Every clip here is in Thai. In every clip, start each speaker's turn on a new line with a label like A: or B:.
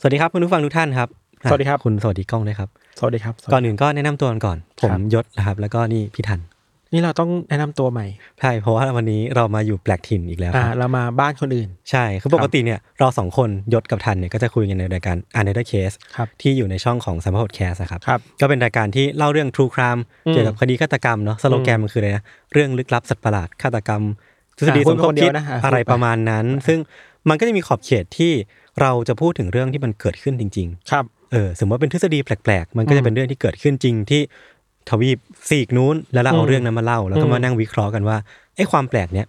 A: สวัสดีครับคุณผู้ฟังทุกท่านครับ
B: สวัสดีครับ
A: คุณสวัสดีกล้องด้วยครับ
B: สวัสดีครับ
A: ก่อนอื่นก็แนะนำตัวกันก่อน ผม
B: ครับ
A: ยศนะครับ แล้วก็นี่พี่ทัน
B: นี่เราต้องแนะนำตัวใหม่
A: ใช่เพราะว่าวันนี้เรามาอยู่แปลกถิ่นอีกแล้ว
B: อ่า
A: ครับ
B: เรามาบ้านคนอื่น
A: ใช่คือปกติเนี่ยเราสองคนยศกับทันเนี่ยก็จะคุยกันในรายการ u n d e r Case
B: ครับ
A: ที่อยู่ในช่องของสัมภาษณ์แคสครับ
B: ครับ
A: ก็เป็นรายการที่เล่าเรื่อง True Crime
B: อืม
A: เกี่ยวกับคดีฆาตกรรมเนาะสโลแกนมันคืออะไรนะ เรื่องลึกลับสัตว์ประหลาดฆาตกรรมทฤษฎี
B: อ่ะ
A: ส
B: พู
A: ม
B: ด
A: ค
B: มาว ค
A: บ
B: นเดี
A: คิ
B: ย
A: ด
B: วนะอ่ะ
A: อะไร
B: พูดไป
A: ประมาณนั้น ซึ่งมันก็จะมีขอบเขตที่เราจะพูดถึงเรื่องที่มันเกิดขึ้นจริง ๆ
B: ครับ
A: เออสมมติว่าเป็นทฤษฎีแปลกๆ มันก็จะ
B: อืม
A: เป็นเรื่องที่เกิดขึ้นจริงที่ทวีปซีกนู้น แล้วเราเอา
B: อืม
A: เรื่องนั้นมาเล่า แล้วก็
B: อืม
A: มานั่งวิเคราะห์กันว่าไอ้ความแปลกเนี้ย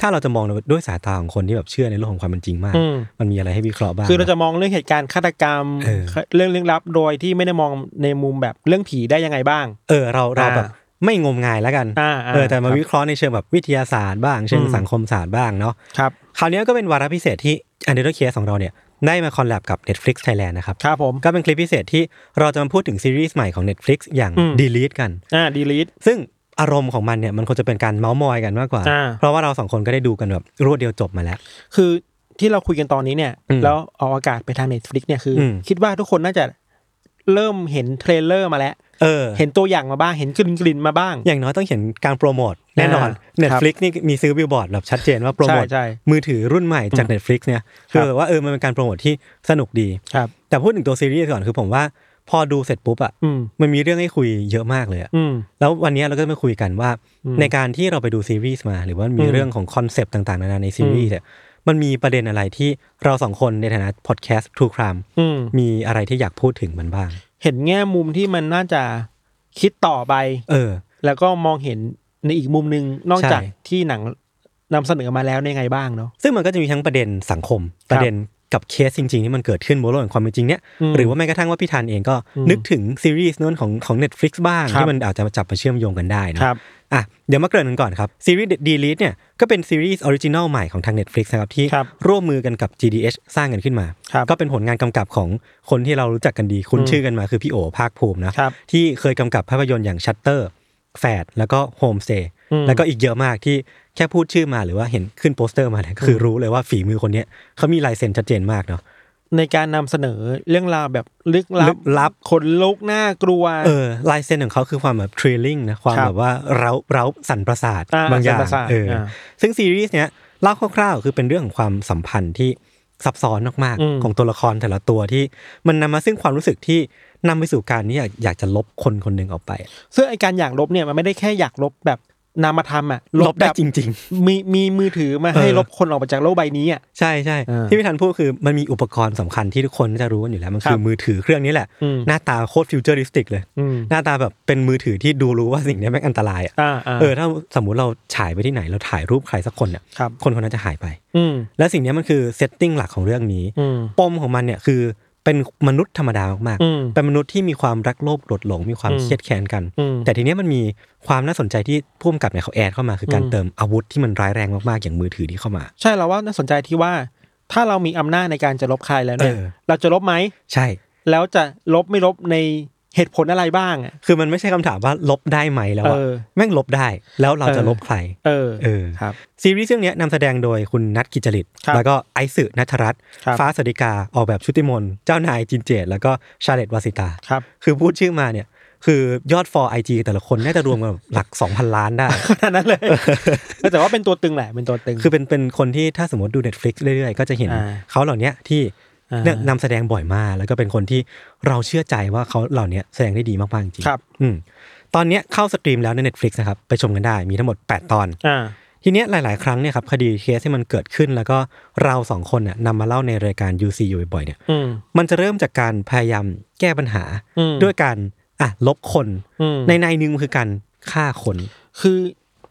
A: ถ้าเราจะมองด้วยสายตาของคนที่แบบเชื่อในโลกของความเป็นจริงมาก
B: อืม
A: มันมีอะไรให้วิเคราะห์บ้าง
B: คือเราจะมองเรื่องเหตุการณ์ฆาตกรรม
A: เออ
B: เรื่องลึกลับโดยที่ไม่ได้มองในมุมแบบเรื่องผีได้ยังไงบ้าง
A: เออเราเราแบบ
B: อ่า
A: ไม่งมงายแล้วกัน
B: อ่า
A: เออแต่มาวิ
B: ค
A: เคราะห์ในเชิงแบบวิทยาศาสตร์บ้างเชิง
B: อืม
A: สังคมศาสตร์บ้างเนาะ
B: ครับ
A: คราวนี้ก็เป็นวาระพิเศษที่อันเดอร์เคสของเราเนี่ยได้มาคอลแลบกับ Netflix Thailand นะครับ
B: ครับผม
A: ก็เป็นคลิปพิเศษที่เราจะมาพูดถึงซีรีส์ใหม่ของ Netflix อย่าง
B: อืม
A: Delete กัน
B: อ่า ดีลิท
A: ซึ่งอารมณ์ของมันเนี่ยมันควรจะเป็นการเมาส์มอยกันมากกว่า
B: อ่า
A: เพราะว่าเราสองคนก็ได้ดูกันแบบรวดเดียวจบมาแล้ว
B: คือที่เราคุยกันตอนนี้เนี่ย
A: อืม
B: แล้วออกอากาศไปทางเน็ตฟลิกเนี่ยคืออ
A: ม
B: คิดว่าทุกคนน่าจะเริ่มเห็นเทรลเลอร์มาแล้ว
A: เออ
B: เห็นตัวอย่างมาบ้าง เห็นกลิ่นกลิ่นๆมาบ้าง
A: อย่างน้อยต้องเห็นการโปรโมทแน่นอน
B: อ่า
A: Netflix นี่มีซื้อบิลบอร์ดแบบชัดเจนว่าโปรโม
B: ใช่
A: ท
B: ใช่
A: มือถือรุ่นใหม่จาก Netflix เนี่ย
B: ครั
A: คื
B: บ
A: อแบบว่าเออมันเป็นการโปรโมทที่สนุกดี
B: ครับ
A: แต่พูดถึงตัวซีรีส์ก่อนคือผมว่าพอดูเสร็จปุ๊บอ่ะ
B: อืม
A: มันมีเรื่องให้คุยเยอะมากเลยอะ
B: อืม
A: แล้ววันนี้เราก็จะมาคุยกันว่า
B: อืม
A: ในการที่เราไปดูซีรีส์มา หรือว่ามี
B: อืม
A: เรื่องของคอนเซปต์ต่างๆนานาในซีรีส์เนี่ยมันมีประเด็นอะไรที่เราสองคนในฐานะพอดแคสต์ True Crime
B: อืม
A: มีอะไรที่อยากพูดถึงมันบ้าง
B: เห็นแง่มุมที่มันน่าจะคิดต่อไป
A: เออ
B: แล้วก็มองเห็นในอีกมุมหนึ่งนอก
A: ใช่
B: จากที่หนังนำเสนอมาแล้วในยไงบ้างเนาะ
A: ซึ่งมันก็จะมีทั้งประเด็นสังคม ประเด็นกับเคสจริง ๆ ที่มันเกิดขึ้นบนโลกแห่งความเป็นจริงเนี่ย
B: อืม
A: หรือว่าแม้กระทั่งว่าพี่ธันเองก็
B: อืม
A: นึกถึงซีรีส์นู้นของของ Netflix บ้าง
B: ครับ
A: ที่มันอาจจะจับมาเชื่อมโยงกันได้เนอะ
B: ครับ
A: อ่ะเดี๋ยวมาเกริ่นกันก่อนครับ ซีรีส์ Delete เนี่ยก็เป็นซีรีส์ออริจินอลใหม่ของทาง Netflix นะครับที่
B: ครับ
A: ร่วมมือกันกับ GDH สร้างกันขึ้นมา
B: ครับ
A: ก็เป็นผลงานกำกับของคนที่เรารู้จักกันดีคุ้น
B: อืม
A: ชื่อกันมาคือพี่โอภาคภูมินะ
B: ครับ
A: ที่เคยกำกับภาพยนตร์อย่างชัตเตอร์แฟดแล้วก็โฮมสเตย์
B: อืม
A: แล้วก็อีกเยอะมากที่แค่พูดชื่อมาหรือว่าเห็นขึ้นโปสเตอร์มาเนี่ยก็คืออรู้เลยว่าฝีมือคนเนี้ยเขามีลายเซ็นชัดเจนมากเนาะ
B: ในการนำเสนอเรื่องราวแบบลึกลั
A: ลึ
B: บ
A: กลับ
B: ขนลุกน่ากลัว
A: เออลายเซ็นของเขาคือความแบบทริลลิ่งนะความ
B: ครับ
A: แบบว่าเร้าเร้าสันประสาท
B: อ่า
A: บางอย่าง
B: สันประสาท
A: เอออา ซึ่งซีรีส์เนี้ยเล่าคร่าวๆ คือเป็นเรื่องของความสัมพันธ์ที่ซับซ้อนมาก
B: อืม
A: ๆของตัวละครแต่ละตัวที่มันนำมาซึ่งความรู้สึกที่นำไปสู่การที่อยากอยากจะลบคนคนหนึ่งออกไป
B: ซึ่งไอการอยากลบเนี่ยมันไม่ได้แค่อยากลบแบบนามธรรมอ่ะ
A: ลบได้
B: แบบ
A: จริง ๆ
B: มีมีมือถือมา
A: เออ
B: ให้ลบคนออกไปจากโลกใบนี้อ่ะ
A: ใช่ใช่
B: อ่า
A: ที่พี่ธันพูดคือมันมีอุปกรณ์สำคัญที่ทุกคนน่าจะรู้กันอยู่แล้ว มันคื
B: ค
A: อ
B: รับ
A: มือถือเครื่องนี้แหละ
B: อืม
A: หน้าตาโคตรฟิวเจอริสติกเลย
B: อืม
A: หน้าตาแบบเป็นมือถือที่ดูรู้ว่าสิ่งเนี้ยแม่งอันตรายอ่ะ
B: อ่าอ่า
A: เออถ้าสมมุติเราฉายไปที่ไหนเราถ่ายรูปใครสักคนเนี่ย
B: ครับ
A: คนคนนั้นจะหายไป
B: อืม
A: และสิ่งเนี้ยมันคือเซตติ้งหลักของเรื่องนี้
B: อืม
A: ปมของมันเนี่ยคือเป็นมนุษย์ธรรมดามาก
B: อืม
A: ๆเป็นมนุษย์ที่มีความรักโลภโกรธหลงมีความ
B: อืม
A: เครียดแค้นกัน
B: อืม
A: แต่ทีเนี้ยมันมีความน่าสนใจที่พุ่มกับเนี่ยเขาแอดเข้ามาคือการ
B: อืม
A: เติมอาวุธที่มันร้ายแรงมากๆอย่างมือถือที่เข้ามา
B: ใช่เราว่าน่าสนใจที่ว่า ถ้าเรามีอำนาจในการจะลบใครแล้วเนี่ย
A: เออ
B: เราจะลบไหม
A: ใช่
B: แล้วจะลบไม่ลบในเหตุผลอะไรบ้างอ่ะ
A: คือมันไม่ใช่คำถามว่าลบได้ไหมแล้วอะ
B: เออ
A: แม่งลบได้แล้วเราจะ
B: เออ
A: ลบใคร
B: เออ
A: เออ
B: ครับ
A: ซีรีส์เรื่องเนี้ยนำแสดงโดยคุณนัทกิจจริต
B: ครับ
A: แล้วก็ไอซ์นัทรัตน์
B: ครับ
A: ฟ้าสดิกา ออกแบบชุติมนต์เจ้านายจินเจต แล้วก็ชาเลตวาสิตา
B: ครับ
A: คือพูดชื่อมาเนี่ย คือยอดฟอร์ไอจีแต่ละคนน่าจะรวมกันแบบหลัก 2,000 ล้าน ได้
B: ขนาดนั้นเลย แต่ว่าเป็นตัวตึงแหละ เป็นตัวตึง
A: คือเป็นเป็นคนที่ถ้าสมมติดู Netflix เรื่อยๆ ก็จะเห็น
B: อ่า
A: เขาเหล่าเนี้ยที่
B: อ่า
A: เนี่ยนำแสดงบ่อยมากแล้วก็เป็นคนที่เราเชื่อใจว่าเขาเหล่าเนี้ยแสดงได้ดีมากๆจริง
B: ครับ
A: อืมตอนเนี้ยเข้าสตรีมแล้วใน Netflix นะครับ ไปชมกันได้มีทั้งหมด 8 ตอน
B: อ่า
A: ทีเนี้ยหลาย ๆ ครั้งเนี่ยครับคดีเคสที่มันเกิดขึ้น แล้วก็เราสองคนน่ะนำมาเล่าในรายการ UC อยู่บ่อยๆเนี่ย
B: อืม
A: มันจะเริ่มจากการพยายามแก้ปัญหา
B: อืม
A: ด้วยการอ่ะลบคน
B: อืม
A: ในในหนึงคือการฆ่าคน
B: คือ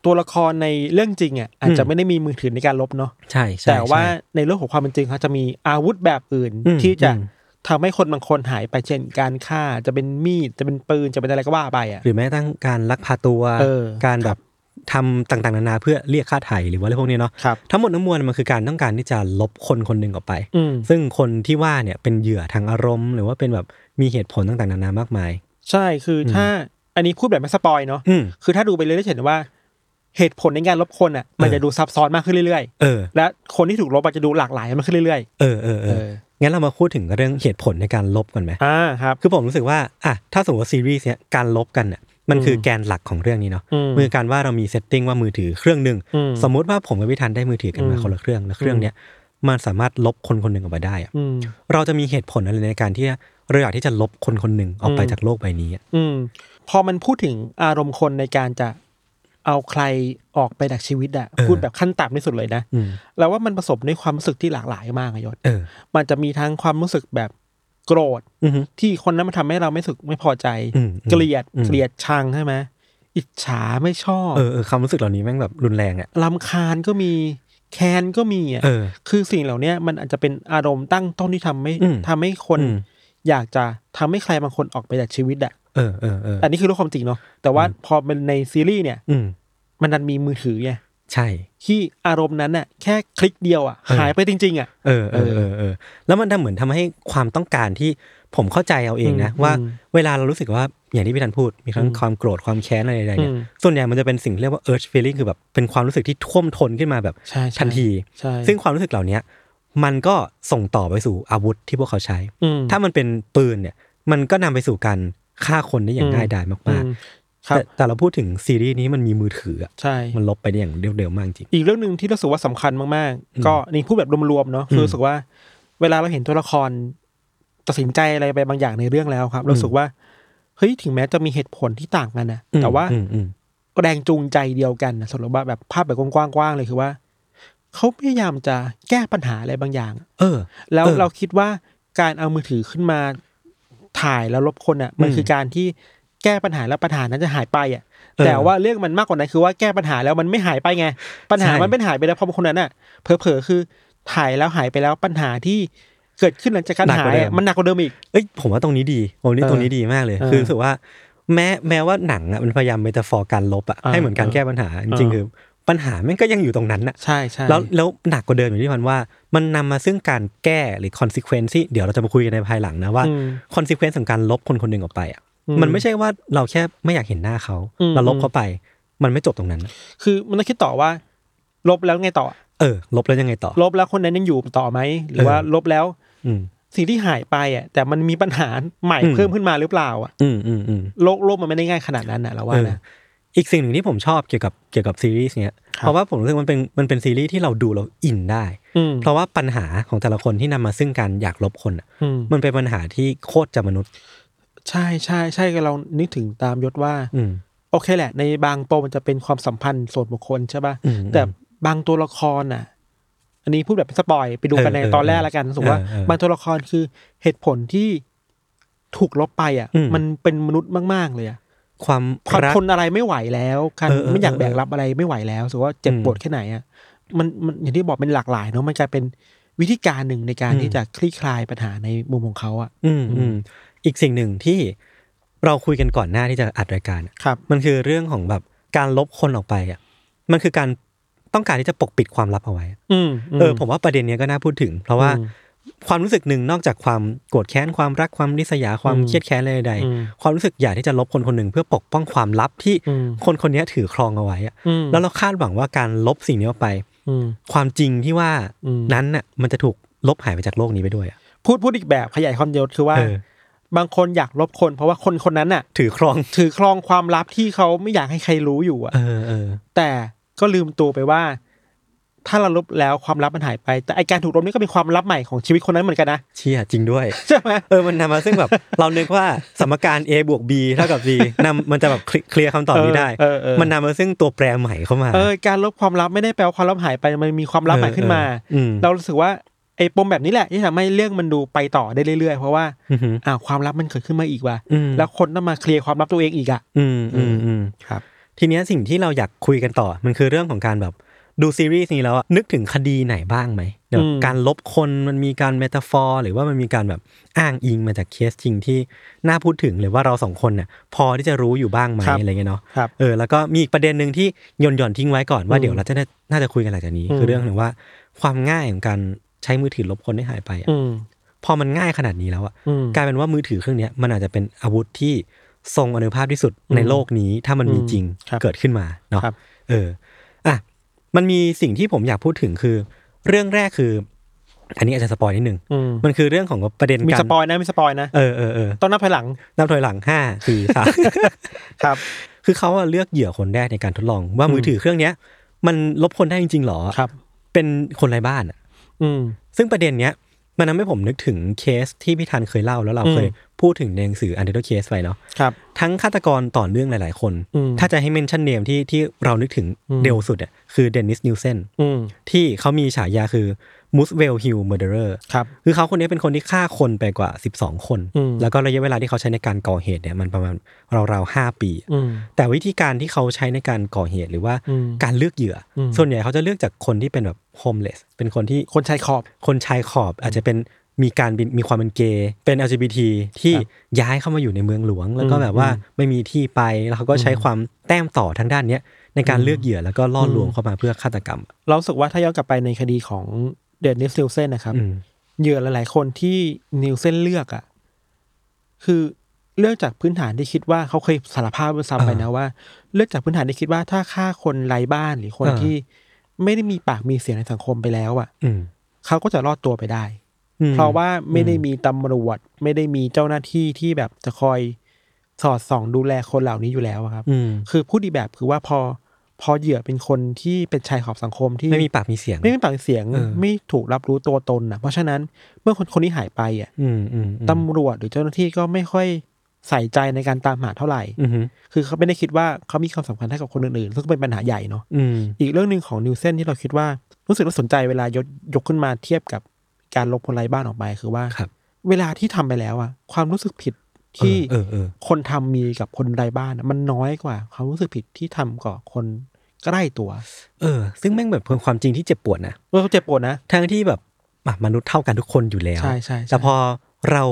B: ตัวละครในเรื่องจริงอ่ะอาจจะไม่ได้มีมือถือในการลบเนาะ
A: ใช่ใช่
B: แต่ว่า
A: ใช่
B: ในเรื่องของความเป็นจริงเขาจะมีอาวุธแบบอื่น
A: อืม
B: ที่จะ
A: อืม
B: ทำให้คนบางคนหายไปเช่นการฆ่าจะเป็นมีดจะเป็นปืนจะเป็นอะไรก็ว่าไปอ่ะ
A: หรือแม้ตั้งการลักพาตัว
B: เออ
A: การแบบทำต่างๆนานาเพื่อเรียกค่าไถ่หรือว่าอะไรพวกนี้เนาะ
B: ครับ
A: ทั้งหมดทั้งมวลมันคือการต้องการที่จะลบคนคนหนึ่งออกไป
B: อืม
A: ซึ่งคนที่ว่าเนี่ยเป็นเหยื่อทางอารมณ์ หรือว่าเป็นแบบมีเหตุผลต่างๆนานามากมาย
B: ใช่คืออ
A: ม
B: ถ้าอันนี้พูดแบบไม่สปอยเนาะ
A: อืม
B: คือถ้าดูไปเรื่อยๆจะเห็นว่า เหตุผลในการลบคนอ่ะ มัน
A: เออ
B: จะดูซับซ้อนมากขึ้นเรื่อย
A: เออ
B: ๆ และคนที่ถูกลบอาจจะดูหลากหลายมากขึ้นเรื่อย
A: เออเออ
B: ๆ
A: เอองั้นเรามาพูดถึงเรื่องเหตุผลในการลบก่อนไหม
B: อ่าครับ
A: คือผมรู้สึกว่าอ่ะถ้าสมมติว่าซีรีส์เนี้ยการลบกันเนี่ยมันคืออ
B: ม
A: แกนหลักของเรื่องนี้เนาะ
B: อืม
A: มือการว่าเรามีเซตติ้งว่ามือถือเครื่องหนึ่ง
B: อืม
A: สมมุติว่าผมกับพี่ธันได้มือถือกันมา
B: อืม
A: คนละเครื่อง แล้วเครื่องเนี้ยมันสามารถลบคนคนหนึ่งออกไปได้อะ
B: อืม
A: เราจะมีเหตุผลอะไรในการที่เราอยากที่จะลบคนคนหนึ่งออกไป
B: อืม
A: จากโลกใบนี้อะ
B: อืม พอมันพูดถึงอารมณ์คนในการจะเอาใครออกไปจากชีวิตอะพูดแบบขั้นต่ำที่สุดเลยนะ
A: อืม
B: แล้วว่ามันผสมด้วยความรู้สึกที่หลากหลายมากอะยศ
A: เออ
B: มันจะมีทั้งความรู้สึกแบบโกรธ
A: อือฮึ
B: ที่คนนั้นมันทำให้เราไม่สุขไม่พอใจ
A: อืมอืม
B: เกลียด
A: อืม
B: เกลียดชังใช่ไหมอิจฉาไม่ชอบ
A: เออเออความรู้สึกเหล่านี้แม่งแบบรุนแรงอ่ะ
B: ลำคาญก็มีแค้นก็มีอะ
A: เออ
B: คือสิ่งเหล่าเนี้ยมันอาจจะเป็นอารมณ์ตั้งต้นที่ทำให้
A: อืม
B: ทำให้คน
A: อืม
B: อยากจะทำให้ใครบางคนออกไปจากชีวิตอะ
A: เออเออเออ
B: อันนี้คือเรื่องความจริงเนาะแต่ว่าพอเป็นในซีรีส์เนี่ย
A: อืม
B: มันดันมีมือถือไง
A: ใช่
B: ที่อารมณ์นั้นน่ะแค่คลิกเดียวอ่ะหายไปจริง ๆ อ่ะ
A: เออเออเออเออแล้วมันทำเหมือนทำให้ความต้องการที่ผมเข้าใจเอาเองนะ
B: อืม
A: ว่า
B: อืม
A: เวลาเรารู้สึกว่าอย่างที่พี่ธันพูดมีทั้งความโกรธความแค้นอะไรใดๆเนี่ย
B: อืม
A: ส่วนใหญ่มันจะเป็นสิ่งเรียกว่า urge feeling คือแบบเป็นความรู้สึกที่ท่วมท้นขึ้นมาแบบ
B: ใช่ใช่
A: ทันที
B: ใช่
A: ซึ่งความรู้สึกเหล่าเนี้ยมันก็ส่งต่อไปสู่อาวุธที่พวกเขาใช้
B: อืม
A: ถ้ามันเป็นปืนเนี่ย มันก็นำไปสู่การฆ่าคนได้อย่างง่ายดาย
B: อื
A: มาก
B: ม
A: ๆ
B: ครับ
A: แต่แต่เราพูดถึงซีรีส์นี้มันมีมือถืออะ
B: ใช่
A: มันลบไปได้อย่างเร็วๆมากจริง
B: อีกเรื่องหนึ่งที่รู้สึกว่าสำคัญมาก
A: อืม
B: ๆ ก็นี่พูดแบบรวมๆเนาะ
A: อืม
B: คือรู้สึกว่า เวลาเราเห็นตัวละคร ตัดสินใจอะไรไปบางอย่างในเรื่องแล้วครับ
A: อืม
B: รู้สึกว่าเฮ้ยถึงแม้จะมีเหตุผลที่ต่างกันนะแต่ว่า
A: อืมอืม
B: แรงจูงใจเดียวกันนะสรุปว่าแบบภาพแบบกว้างๆเลยคือว่าเขาพยายามจะแก้ปัญหาอะไรบางอย่าง
A: เออ
B: แล้ว
A: เออ
B: เราคิดว่าการเอามือถือขึ้นมาถ่ายแล้วลบคนอ่ะ มัน
A: อืม
B: คือการที่แก้ปัญหาแล้วปัญหานั้นจะหายไปอ่ะ
A: เออ
B: แต่ว่าเรื่องมันมากกว่านั้นคือว่าแก้ปัญหาแล้วมันไม่หายไปไง ปัญหา
A: ใช่
B: มันเป็นหายไปแล้วเพราะคนนั้นอ่ะเผลอๆคือถ่ายแล้วหายไปแล้วปัญหาที่เกิดขึ้นหลังจากการหายอ่ะมันหนักกว่าเดิมอีก
A: เอ้ยผมว่าตรงนี้ดีผมนี่
B: เออ
A: ตรงนี้ดีมากเลย
B: เออ
A: คือรู้สึกว่า แม้แม้ว่าหนังอ่ะมันพยายามเมตาฟอร์การลบอ่ะ
B: เออ
A: ให้เหมือนการ
B: เออ
A: แก้ปัญหาจริงๆ
B: เออ
A: คือปัญหาแม่งก็ยังอยู่ตรงนั้นอ่ะ
B: ใช่ใช่
A: แล้วแล้วหนักกว่าเดิมอย่างที่พันว่า มันนำมาซึ่งการแก้หรือ consequence ที่เดี๋ยวเราจะมาคุยกันในภายหลังนะว่า
B: อืม
A: consequence ของการลบคนคนหนึ่งออกไปอ่ะ
B: อืม
A: มันไม่ใช่ว่าเราแค่ไม่อยากเห็นหน้าเขา
B: อืม
A: เราลบเขาไป มันไม่จบตรงนั้นอะ
B: คือมันต้องคิดต่อว่า ลบแล้วไงต่อ
A: เออ ลบแล้วยังไงต่อ
B: ลบแล้วคนนั้นยังอยู่ต่อไหมหรือว่าลบแล้ว
A: อืม
B: สิ่งที่หายไปอ่ะ แต่มันมีปัญหาใหม่
A: อืม
B: เพิ่มขึ้นมาหรือเปล่าอ่ะ
A: อืมอืมอืม
B: โลกโลกมันไม่ได้ง่ายขนาดนั้นนะเราว่านะ
A: เอออีกสิ่งหนึ่งที่ผมชอบเกี่ยวกับเกี่ยวกับซีรีส์เนี้ย
B: ครับ
A: เพราะว่าผมรู้สึกมันเป็นมันเป็นซีรีส์ที่เราดูเราอินได้
B: ม
A: เพราะว่าปัญหาของแต่ละคนที่นำมาซึ่งการอยากลบคนอะ
B: อืม
A: มันเป็นปัญหาที่โคตรจะมนุษย์
B: ใช่ใช่ใช่เรานึกถึงตามยศว่า
A: อืม
B: โอเคแหละ ในบางปมมันจะเป็นความสัมพันธ์ส่วนบุคคลใช่ป่ะ
A: อืม
B: แต่บางตัวละครน่ะ อันนี้พูดแบบเป็นสปอยไปดูกัน
A: เออ
B: ใน
A: เออ
B: ตอนแรกแล้วกันรู้สึกว่า
A: เออเออบ
B: างตัวละครคือเหตุผลที่ถูกลบไปอ่ะ
A: อืม
B: มันเป็นมนุษย์มากๆเลยอ่ะ
A: ความ
B: ความ
A: รัก
B: ทนอะไรไม่ไหวแล้วการ
A: เออเออ
B: ไม่อยาก
A: เออ
B: แบกรับอะไรไม่ไหวแล้วรู้สึกว่าเจ็บ
A: อืม
B: ปวดแค่ไหนอ่ะมันมันอย่างที่บอกเป็นหลากหลายเนาะมันกลายเป็นวิธีการหนึ่งในการ
A: อืม
B: ที่จะคลี่คลายปัญหาในมุมของเขาอ่ะ
A: อืมอืมอีกสิ่งหนึ่งที่เราคุยกันก่อนหน้าที่จะอัดรายการอะ
B: ครับ
A: มันคือเรื่องของแบบการลบคนออกไปอ่ะมันคือการต้องการที่จะปกปิดความลับเอาไว้อะ
B: อืม
A: เออผมว่าประเด็นเนี้ยก็น่าพูดถึง เพราะว่า
B: อืม
A: ความรู้สึกหนึ่งนอกจากความโกรธแค้นความรักความริษยาความ
B: อืม
A: เครียดแค้นอะไรใดๆ
B: อืม
A: ความรู้สึกอยากที่จะลบคนคนหนึ่งเพื่อปกป้องความลับที่
B: อืม
A: คนคนเนี้ยถือครองเอาไว้อะ
B: อืม
A: แล้วเราคาดหวังว่าการลบสิ่งนี้ออกไป
B: อืม
A: ความจริงที่ว่า
B: อืม
A: นั้นน่ะมันจะถูกลบหายไปจากโลกนี้ไปด้วยอะ
B: พูดพูดอีกแบบขยายความเดียวคือว่า
A: เออบ
B: างคนอยากลบคน เพราะว่าคนคนนั้นน่ะ
A: ถือครอง
B: ถือครองความลับที่เขาไม่อยากให้ใครรู้อยู่อะ
A: เออเออ
B: แต่ก็ลืมตัวไปว่า ถ้าเราลบแล้วความลับมันหายไป แต่ไอการถูกลบนี่ก็เป็นความลับใหม่ของชีวิตคนนั้นเหมือนกันนะ
A: เชี่ยจริงด้วย
B: ใช่ไหม
A: เออมันนำมาซึ่งแบบ เรานึกว่าสมการ A บวก B เท่ากับ C นำมันจะแบบเคลียร์คำตอบนี้ได้
B: เออเออเออ
A: มันนำมาซึ่งตัวแปรใหม่เข้ามา
B: เออการลบความลับไม่ได้แปลว่าความลับหายไปมันมีความลับใหม่ขึ้นมา
A: เอออืม
B: เรารู้สึกว่าไอปมแบบนี้แหละที่ทำให้เรื่องมันดูไปต่อได้เรื่อยๆเพราะว่า
A: อือหือ
B: อ้าวความลับมันเกิดขึ้นมาอีกว่ะ
A: อืม
B: แล้วคนต้องมาเคลียร์ความลับตัวเองอีกอะ
A: อืมอืมอืม
B: ครับ
A: ทีเนี้ยสิ่งที่เราอยากคุยกันต่อ มันคือเรื่องของการแบบดูซีรีส์นี้แล้วอะนึกถึงคดีไหนบ้างไหมแบบ
B: อืม
A: การลบคนมันมีการเมตาฟอร์ หรือว่ามันมีการแบบอ้างอิงมาจากเคสจริงที่น่าพูดถึงหรือว่าเราสองคนเนี่ยพอที่จะรู้อยู่บ้างไหมอะไรเงี้ยเนาะ
B: ครับ
A: เออแล้วก็มีอีกประเด็นหนึ่งที่หย่อนหย่อนๆทิ้งไว้ก่อนว่า
B: อืม
A: เดี๋ยวเราจะได้น่าจะคุยกันหลังจากนี้
B: อืม
A: คือเรื่องหนึ่งว่าความง่ายของการใช้มือถือลบคนให้หายไปอะ
B: อืม
A: พอมันง่ายขนาดนี้แล้วอะ
B: อืม
A: กลายเป็นว่ามือถือเครื่องเนี้ยมันอาจจะเป็นอาวุธที่ทรงอนุภาพที่สุดในโลกนี้ถ้ามันมีจริง
B: ครับ
A: เกิดขึ้นมาเนาะ
B: ครับ
A: เอออ่ะมันมีสิ่งที่ผมอยากพูดถึงคือ เรื่องแรกคือ อันนี้อาจจะสปอยนิดนึง
B: อืม
A: มันคือเรื่องของประเด็น
B: มี
A: การ
B: สปอยนะมีสปอยนะ
A: เออเออเออ
B: ต้องนับภายหลัง
A: นับถอยหลังห้าสี่ สาม
B: ครับ
A: คือเขาอะเลือกเหยื่อคนแรกในการทดลองว่ามือถือเครื่องเนี้ย มันลบคนได้จริงๆหรอ
B: ครับ
A: เป็นคนไร้บ้านอะ
B: อืม
A: ซึ่งประเด็นเนี้ย มันทำให้ผมนึกถึงเคสที่พี่ธันเคยเล่าแล้วเรา
B: อืม
A: เคยพูดถึงในหนังสือ Untitled Case ไปเนาะ
B: ครับ
A: ทั้งฆาตกรต่อเนื่องหลายๆคน
B: อืม
A: ถ้าจะให้เมนชั่นเนมที่ที่เรานึกถึง
B: อืม
A: เร็วสุดอ่ะคือเดนนิสนิวเซน
B: อืม
A: ที่เขามีฉายาคือ Muswell Hill Murderer
B: ครับ
A: คือเขาคนนี้เป็นคนที่ฆ่าคนไปกว่า 12 คน
B: อืม
A: แล้วก็ระยะเวลาที่เขาใช้ในการก่อเหตุเนี่ยมันประมาณราวๆห้าปี
B: อืม
A: แต่วิธีการที่เขาใช้ในการก่อเหตุหรือว่า
B: อืม
A: การเลือกเหยื่ออ
B: ม
A: ส่วนใหญ่เขาจะเลือกจากคนที่เป็นแบบโฮมเลสเป็นคนที่
B: คนชายขอบ
A: คนชายขอบอาจจะเป็นมีการเป็นมีความเป็นเกย์เป็น LGBT ที่
B: ครับ
A: ย้ายเข้ามาอยู่ในเมืองหลวง แล้วก็
B: อืม
A: แบบว่า
B: อืม
A: ไม่มีที่ไปแล้วเขาก็ใช้ความแต้มต่อทางด้านเนี้ยในการเลือกเหยื่อแล้วก็ล่ออ
B: ม
A: ลวงเข้ามาเพื่อฆาตกรรม
B: เรารู้สึกว่าถ้าย้อนกลับไปในคดีของเดนนิสนิวเซนนะครับ
A: อืม
B: เหยื่อหลาย ๆ คนที่นิวเซนเลือกอะ่ะคือเลือกจากพื้นฐานที่คิดว่าเขาเคยสารภาพด้วยซ้ำไปนะว่า เลือกจากพื้นฐานที่คิดว่าถ้าฆ่าคนไร้บ้านหรือคนที่ไม่ได้มีปากมีเสียงในสังคมไปแล้วอะ่ะ
A: อืม
B: เขาก็จะรอดตัวไปได้
A: อืม
B: เพราะว่าไม่ได้มีตำรวจ ไม่ได้มีเจ้าหน้าที่ที่แบบจะคอยสอดส่องดูแลคนเหล่านี้อยู่แล้วอะครับ
A: อืม
B: คือพูดดีกแบบคือว่าพอพอเหยื่อเป็นคนที่เป็นชายขอบสังคมที่
A: ไม่มีปากมีเสียง
B: ไม่มีปากเสียง
A: เออ
B: ไม่ถูกรับรู้ตัวตนนะเพราะฉะนั้นเมื่อคนคนนี้หายไปอ่ะ
A: อืมอืมอืม
B: ตำรวจหรือเจ้าหน้าที่ก็ไม่ค่อยใส่ใจในการตามหาเท่าไหร่
A: อืม
B: คือเขาไม่ได้คิดว่าเขามีความสำคัญเท่ากับคนอื่นๆซึ่งก็เป็นปัญหาใหญ่เนาะ
A: อืม
B: อีกเรื่องหนึ่งของนิวเซนที่เราคิดว่ารู้สึกว่าสนใจเวลายกยกขึ้นมาเทียบกับการลบคนไร้บ้านออกไปคือว่า
A: ครับ
B: เวลาที่ทำไปแล้วอ่ะความรู้สึกผิดที่
A: เออเออ
B: คนทำมีกับคนไร้บ้านอะมันน้อยกว่า ความรู้สึกผิดที่ทำกับคนใกล้ตัว
A: เออ ซึ่งแม่งแบบเป็นความจริงที่เจ็บปวดนะ
B: เออเขาเจ็บปวดนะ
A: ทั้งที่แบบอ่ะมนุษย์เท่ากันทุกคนอยู่แล้ว
B: ใช่ใช่ใช่
A: แต่พอเรา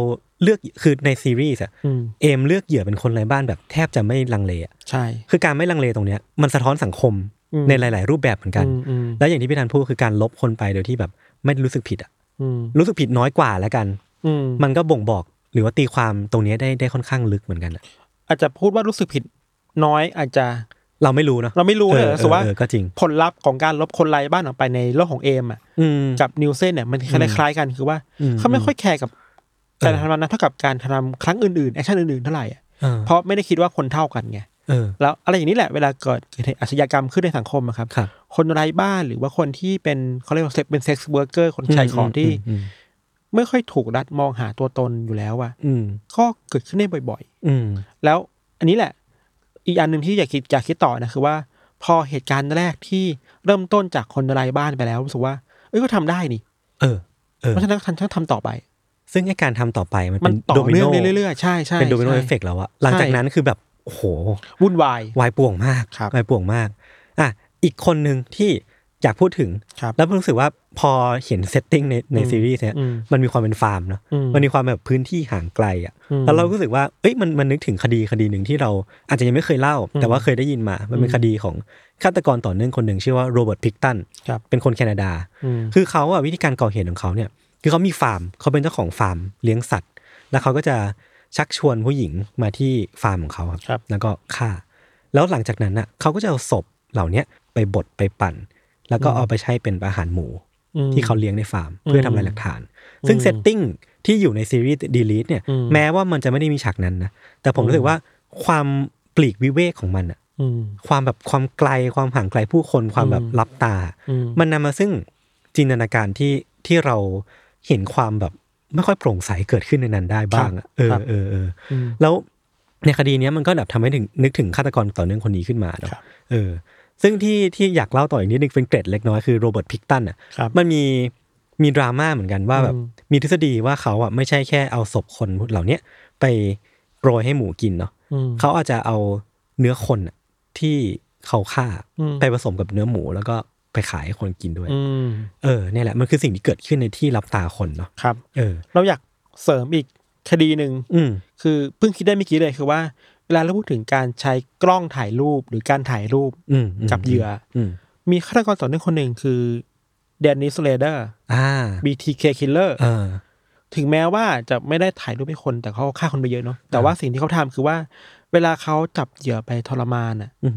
A: เลือกคือในซีรีส์อะ
B: ม
A: เอมเลือกเหยื่อเป็นคนไร้บ้านแบบแทบจะไม่ลังเลอะ
B: ใช่
A: คือการไม่ลังเลตรงเนี้ยมันสะท้อนสังคม
B: อืม
A: ในหลาย ๆ รูปแบบเหมือนกัน
B: อืมอืม
A: แล้วอย่างที่พี่ธันพูดคือการลบคนไปโดยที่แบบไม่รู้สึกผิดอะ
B: อืม
A: รู้สึกผิดน้อยกว่าแล้วกัน
B: อืม
A: มันก็บ่งบอกหรือว่าตีความตรงเนี้ยได้ได้ค่อนข้างลึกเหมือนกันอะ
B: อาจจะพูดว่ารู้สึกผิดน้อยอาจจะ
A: เราไม่รู้เนาะ
B: เราไม่รู้เลยนะสุว่า
A: เออก็จริง
B: ผลลัพธ์ของการลบคนไร้บ้านออกไปในโลกของเอมอ่ะ
A: อืม
B: กับนิวเซนเนี่ยมันคล้ายๆกันคือว่า
A: อืม
B: เขาไม่ค่อยแคร์กับ
A: เออ
B: การทำนั้นเท่ากับการทำครั้งอื่นๆแอคชั่นอื่นๆเท่าไหร่อะ
A: เออ
B: เพราะไม่ได้คิดว่าคนเท่ากันไง
A: เออ
B: แล้วอะไรอย่างนี้แหละเวลาเกิดเกิดเหตุอาชญากรรมขึ้นในสังคมอะครับ
A: ครับ
B: คนไร้บ้านหรือว่าคนที่เป็นเขาเรียกว่าเป็นเซ็กซ์เวิร์กเกอร์คนชายขอบที่
A: อืม
B: ไม่ค่อยถูกรัฐมองหาตัวตนอยู่แล้วอ่ะ
A: อืม
B: ก็เกิดขึ้นได้บ่อย ๆ
A: อืม
B: แล้วอันนี้แหละ อีกอันหนึ่งที่อยากคิดอยากคิดต่อนะคือว่า พอเหตุการณ์แรกที่เริ่มต้นจากคนไร้บ้านไปแล้วรู้สึกว่า เอ้ยก็ทำได้นี่
A: เออเออ
B: เพราะฉะนั้นฉันทำต่อไป
A: ซึ่งไอการทำต่อไปมัน
B: มั
A: เป็น น
B: ต่อ
A: โดมิ
B: เนื่
A: โน
B: องไปเรื่อยๆใช่ใช่
A: เป็นโดมิโน
B: ใช่
A: เอฟเฟกแล้วอะหลังจากนั้นคือแบบ โอ้โห
B: วุ่นวาย
A: วายป่วงมาก
B: ครับ
A: วายป่วงมาก อ่ะ อีกคนหนึ่งที่อยากพูดถึง
B: ครับ
A: แล้วรู้สึกว่าพอเห็นเซตติ้งในใน
B: อืม
A: ซีรีส์เนี่ย
B: อืม
A: มันมีความเป็นฟาร์มเนาะ
B: อืม
A: มันมีความแบบพื้นที่ห่างไกลอะ
B: อืม
A: แล้วเรารู้สึกว่าเอ้ยมันมันนึกถึงคดีคดีหนึ่งที่เราอาจจะยังไม่เคยเล่า แต่ว่าเคยได้ยินมา มันเป็น
B: อืม
A: คดีของฆาตกรต่อเนื่องคนหนึ่งชื่อว่าโรเบิร์ตพิกตัน
B: ครับ
A: เป็นคนแคนาดา
B: อืม
A: คือเขาอะวิธีการก่อเหตุของเขาเนี่ย คือเขามีฟาร์มเขาเป็นเจ้าของฟาร์มเลี้ยงสัตว์ แล้วเขาก็จะชักชวนผู้หญิงมาที่ฟาร์มของเขาครับ
B: ครับ
A: แล้วก็ฆ่า แล้วหลังจากนั้นอะเขาก็จะเอาศพเหล่าเนี้ยไปบดไปปั่น แล้วก็เอาไปใช้เป็นอาหารหมู
B: อืม
A: ที่เขาเลี้ยงในฟาร์ม เพื่อทำลายหลักฐาน ซึ่ง
B: อืม
A: เซตติ้งที่อยู่ในซีรีส์ดีลิทเนี่ย
B: อืม
A: แม้ว่ามันจะไม่ได้มีฉากนั้นนะแต่ผมรู้สึกว่าความปลีกวิเวกของมันอะ
B: อืม
A: ความแบบความไกลความห่างไกลผู้คนความแบบ
B: อืม
A: ลับตา
B: อืม
A: มันนำมาซึ่งจินตนาการที่ที่เราเห็นความแบบไม่ค่อยโปร่งใสเกิดขึ้นในนั้นได้บ้างอะเอ
B: ครั
A: อบ เออเออ
B: อืม
A: แล้วในคดีเนี้ยมันก็แบบทำให้ถึงนึกถึงฆาตกรต่อเนื่องคนนี้ขึ้นมาเนาะ
B: ครับ
A: เออ ซึ่งที่ที่อยากเล่าต่ออีกนิดนึงเป็นเกร็ดเล็กน้อยคือโรเบิร์ตพิกตันอ่ะ
B: ครับ
A: มันมีมีดราม่าเหมือนกันว่าแบบ
B: อืม
A: มีทฤษฎีว่าเขาอ่ะไม่ใช่แค่เอาศพคนเหล่าเนี้ยไปโปรยให้หมูกินเนาะ
B: อืม
A: เขาอาจจะเอาเนื้อคนอะ ที่เขาฆ่า
B: อืม
A: ไปผสมกับเนื้อหมู แล้วก็ไปขายให้คนกินด้วย
B: อืม
A: เออเนี่ยแหละมันคือสิ่งที่เกิดขึ้นในที่รับตาคนเนาะ
B: ครับ
A: เออ
B: เราอยากเสริมอีกคดีหนึ่ง
A: อืม
B: คือเพิ่งคิดได้เมื่อกี้เลยคือว่าเวลาเราพูดถึงการใช้กล้องถ่ายรูปหรือการถ่ายรูป
A: อืมม
B: กับเหยื่อ
A: อืม
B: มีฆาตกรต่อเนื่องคนหนึ่งคือเดนนิสเลเดอร์
A: อ่า
B: BTK Killer
A: เออ
B: ถึงแม้ว่าจะไม่ได้ถ่ายรูปให้คนแต่เขาฆ่าคนไปเยอะเนาะแต่ว่าสิ่งที่เขาทำคือว่า เวลาเขาจับเหยื่อไปทรมานอ่ะ
A: อืม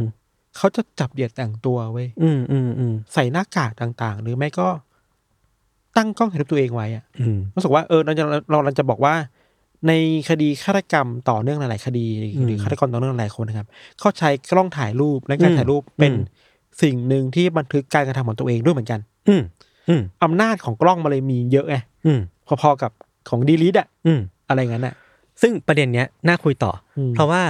B: เขาจะจับเหยื่อแต่งตัวเว้ย
A: อืมอืมอืม
B: ใส่หน้ากากต่างๆ หรือไม่ก็ตั้งกล้องถ่ายรูปตัวเองไว้อะ
A: อืม
B: รู้สึกว่าเออเราจะเราเราจะบอกว่า ในคดีฆาตกรรมต่อเนื่องหลายๆคดี
A: อืม
B: หรือฆาตกรต่อเนื่องหลายคนนะครับเขาใช้กล้องถ่ายรูปและการ
A: อืม
B: ถ่ายรูปเป็น
A: อืม
B: สิ่งหนึ่งที่บันทึกการกระทำของตัวเองด้วยเหมือนกัน
A: อืมอืม
B: อำนาจของกล้องมาเลยมีเยอะไง
A: อืม
B: พอๆกับของดีลิทอะ
A: อืม
B: อะไรงั้นอะ
A: ซึ่งประเด็นเนี้ยน่าคุยต่ออ
B: ม
A: เพราะว่า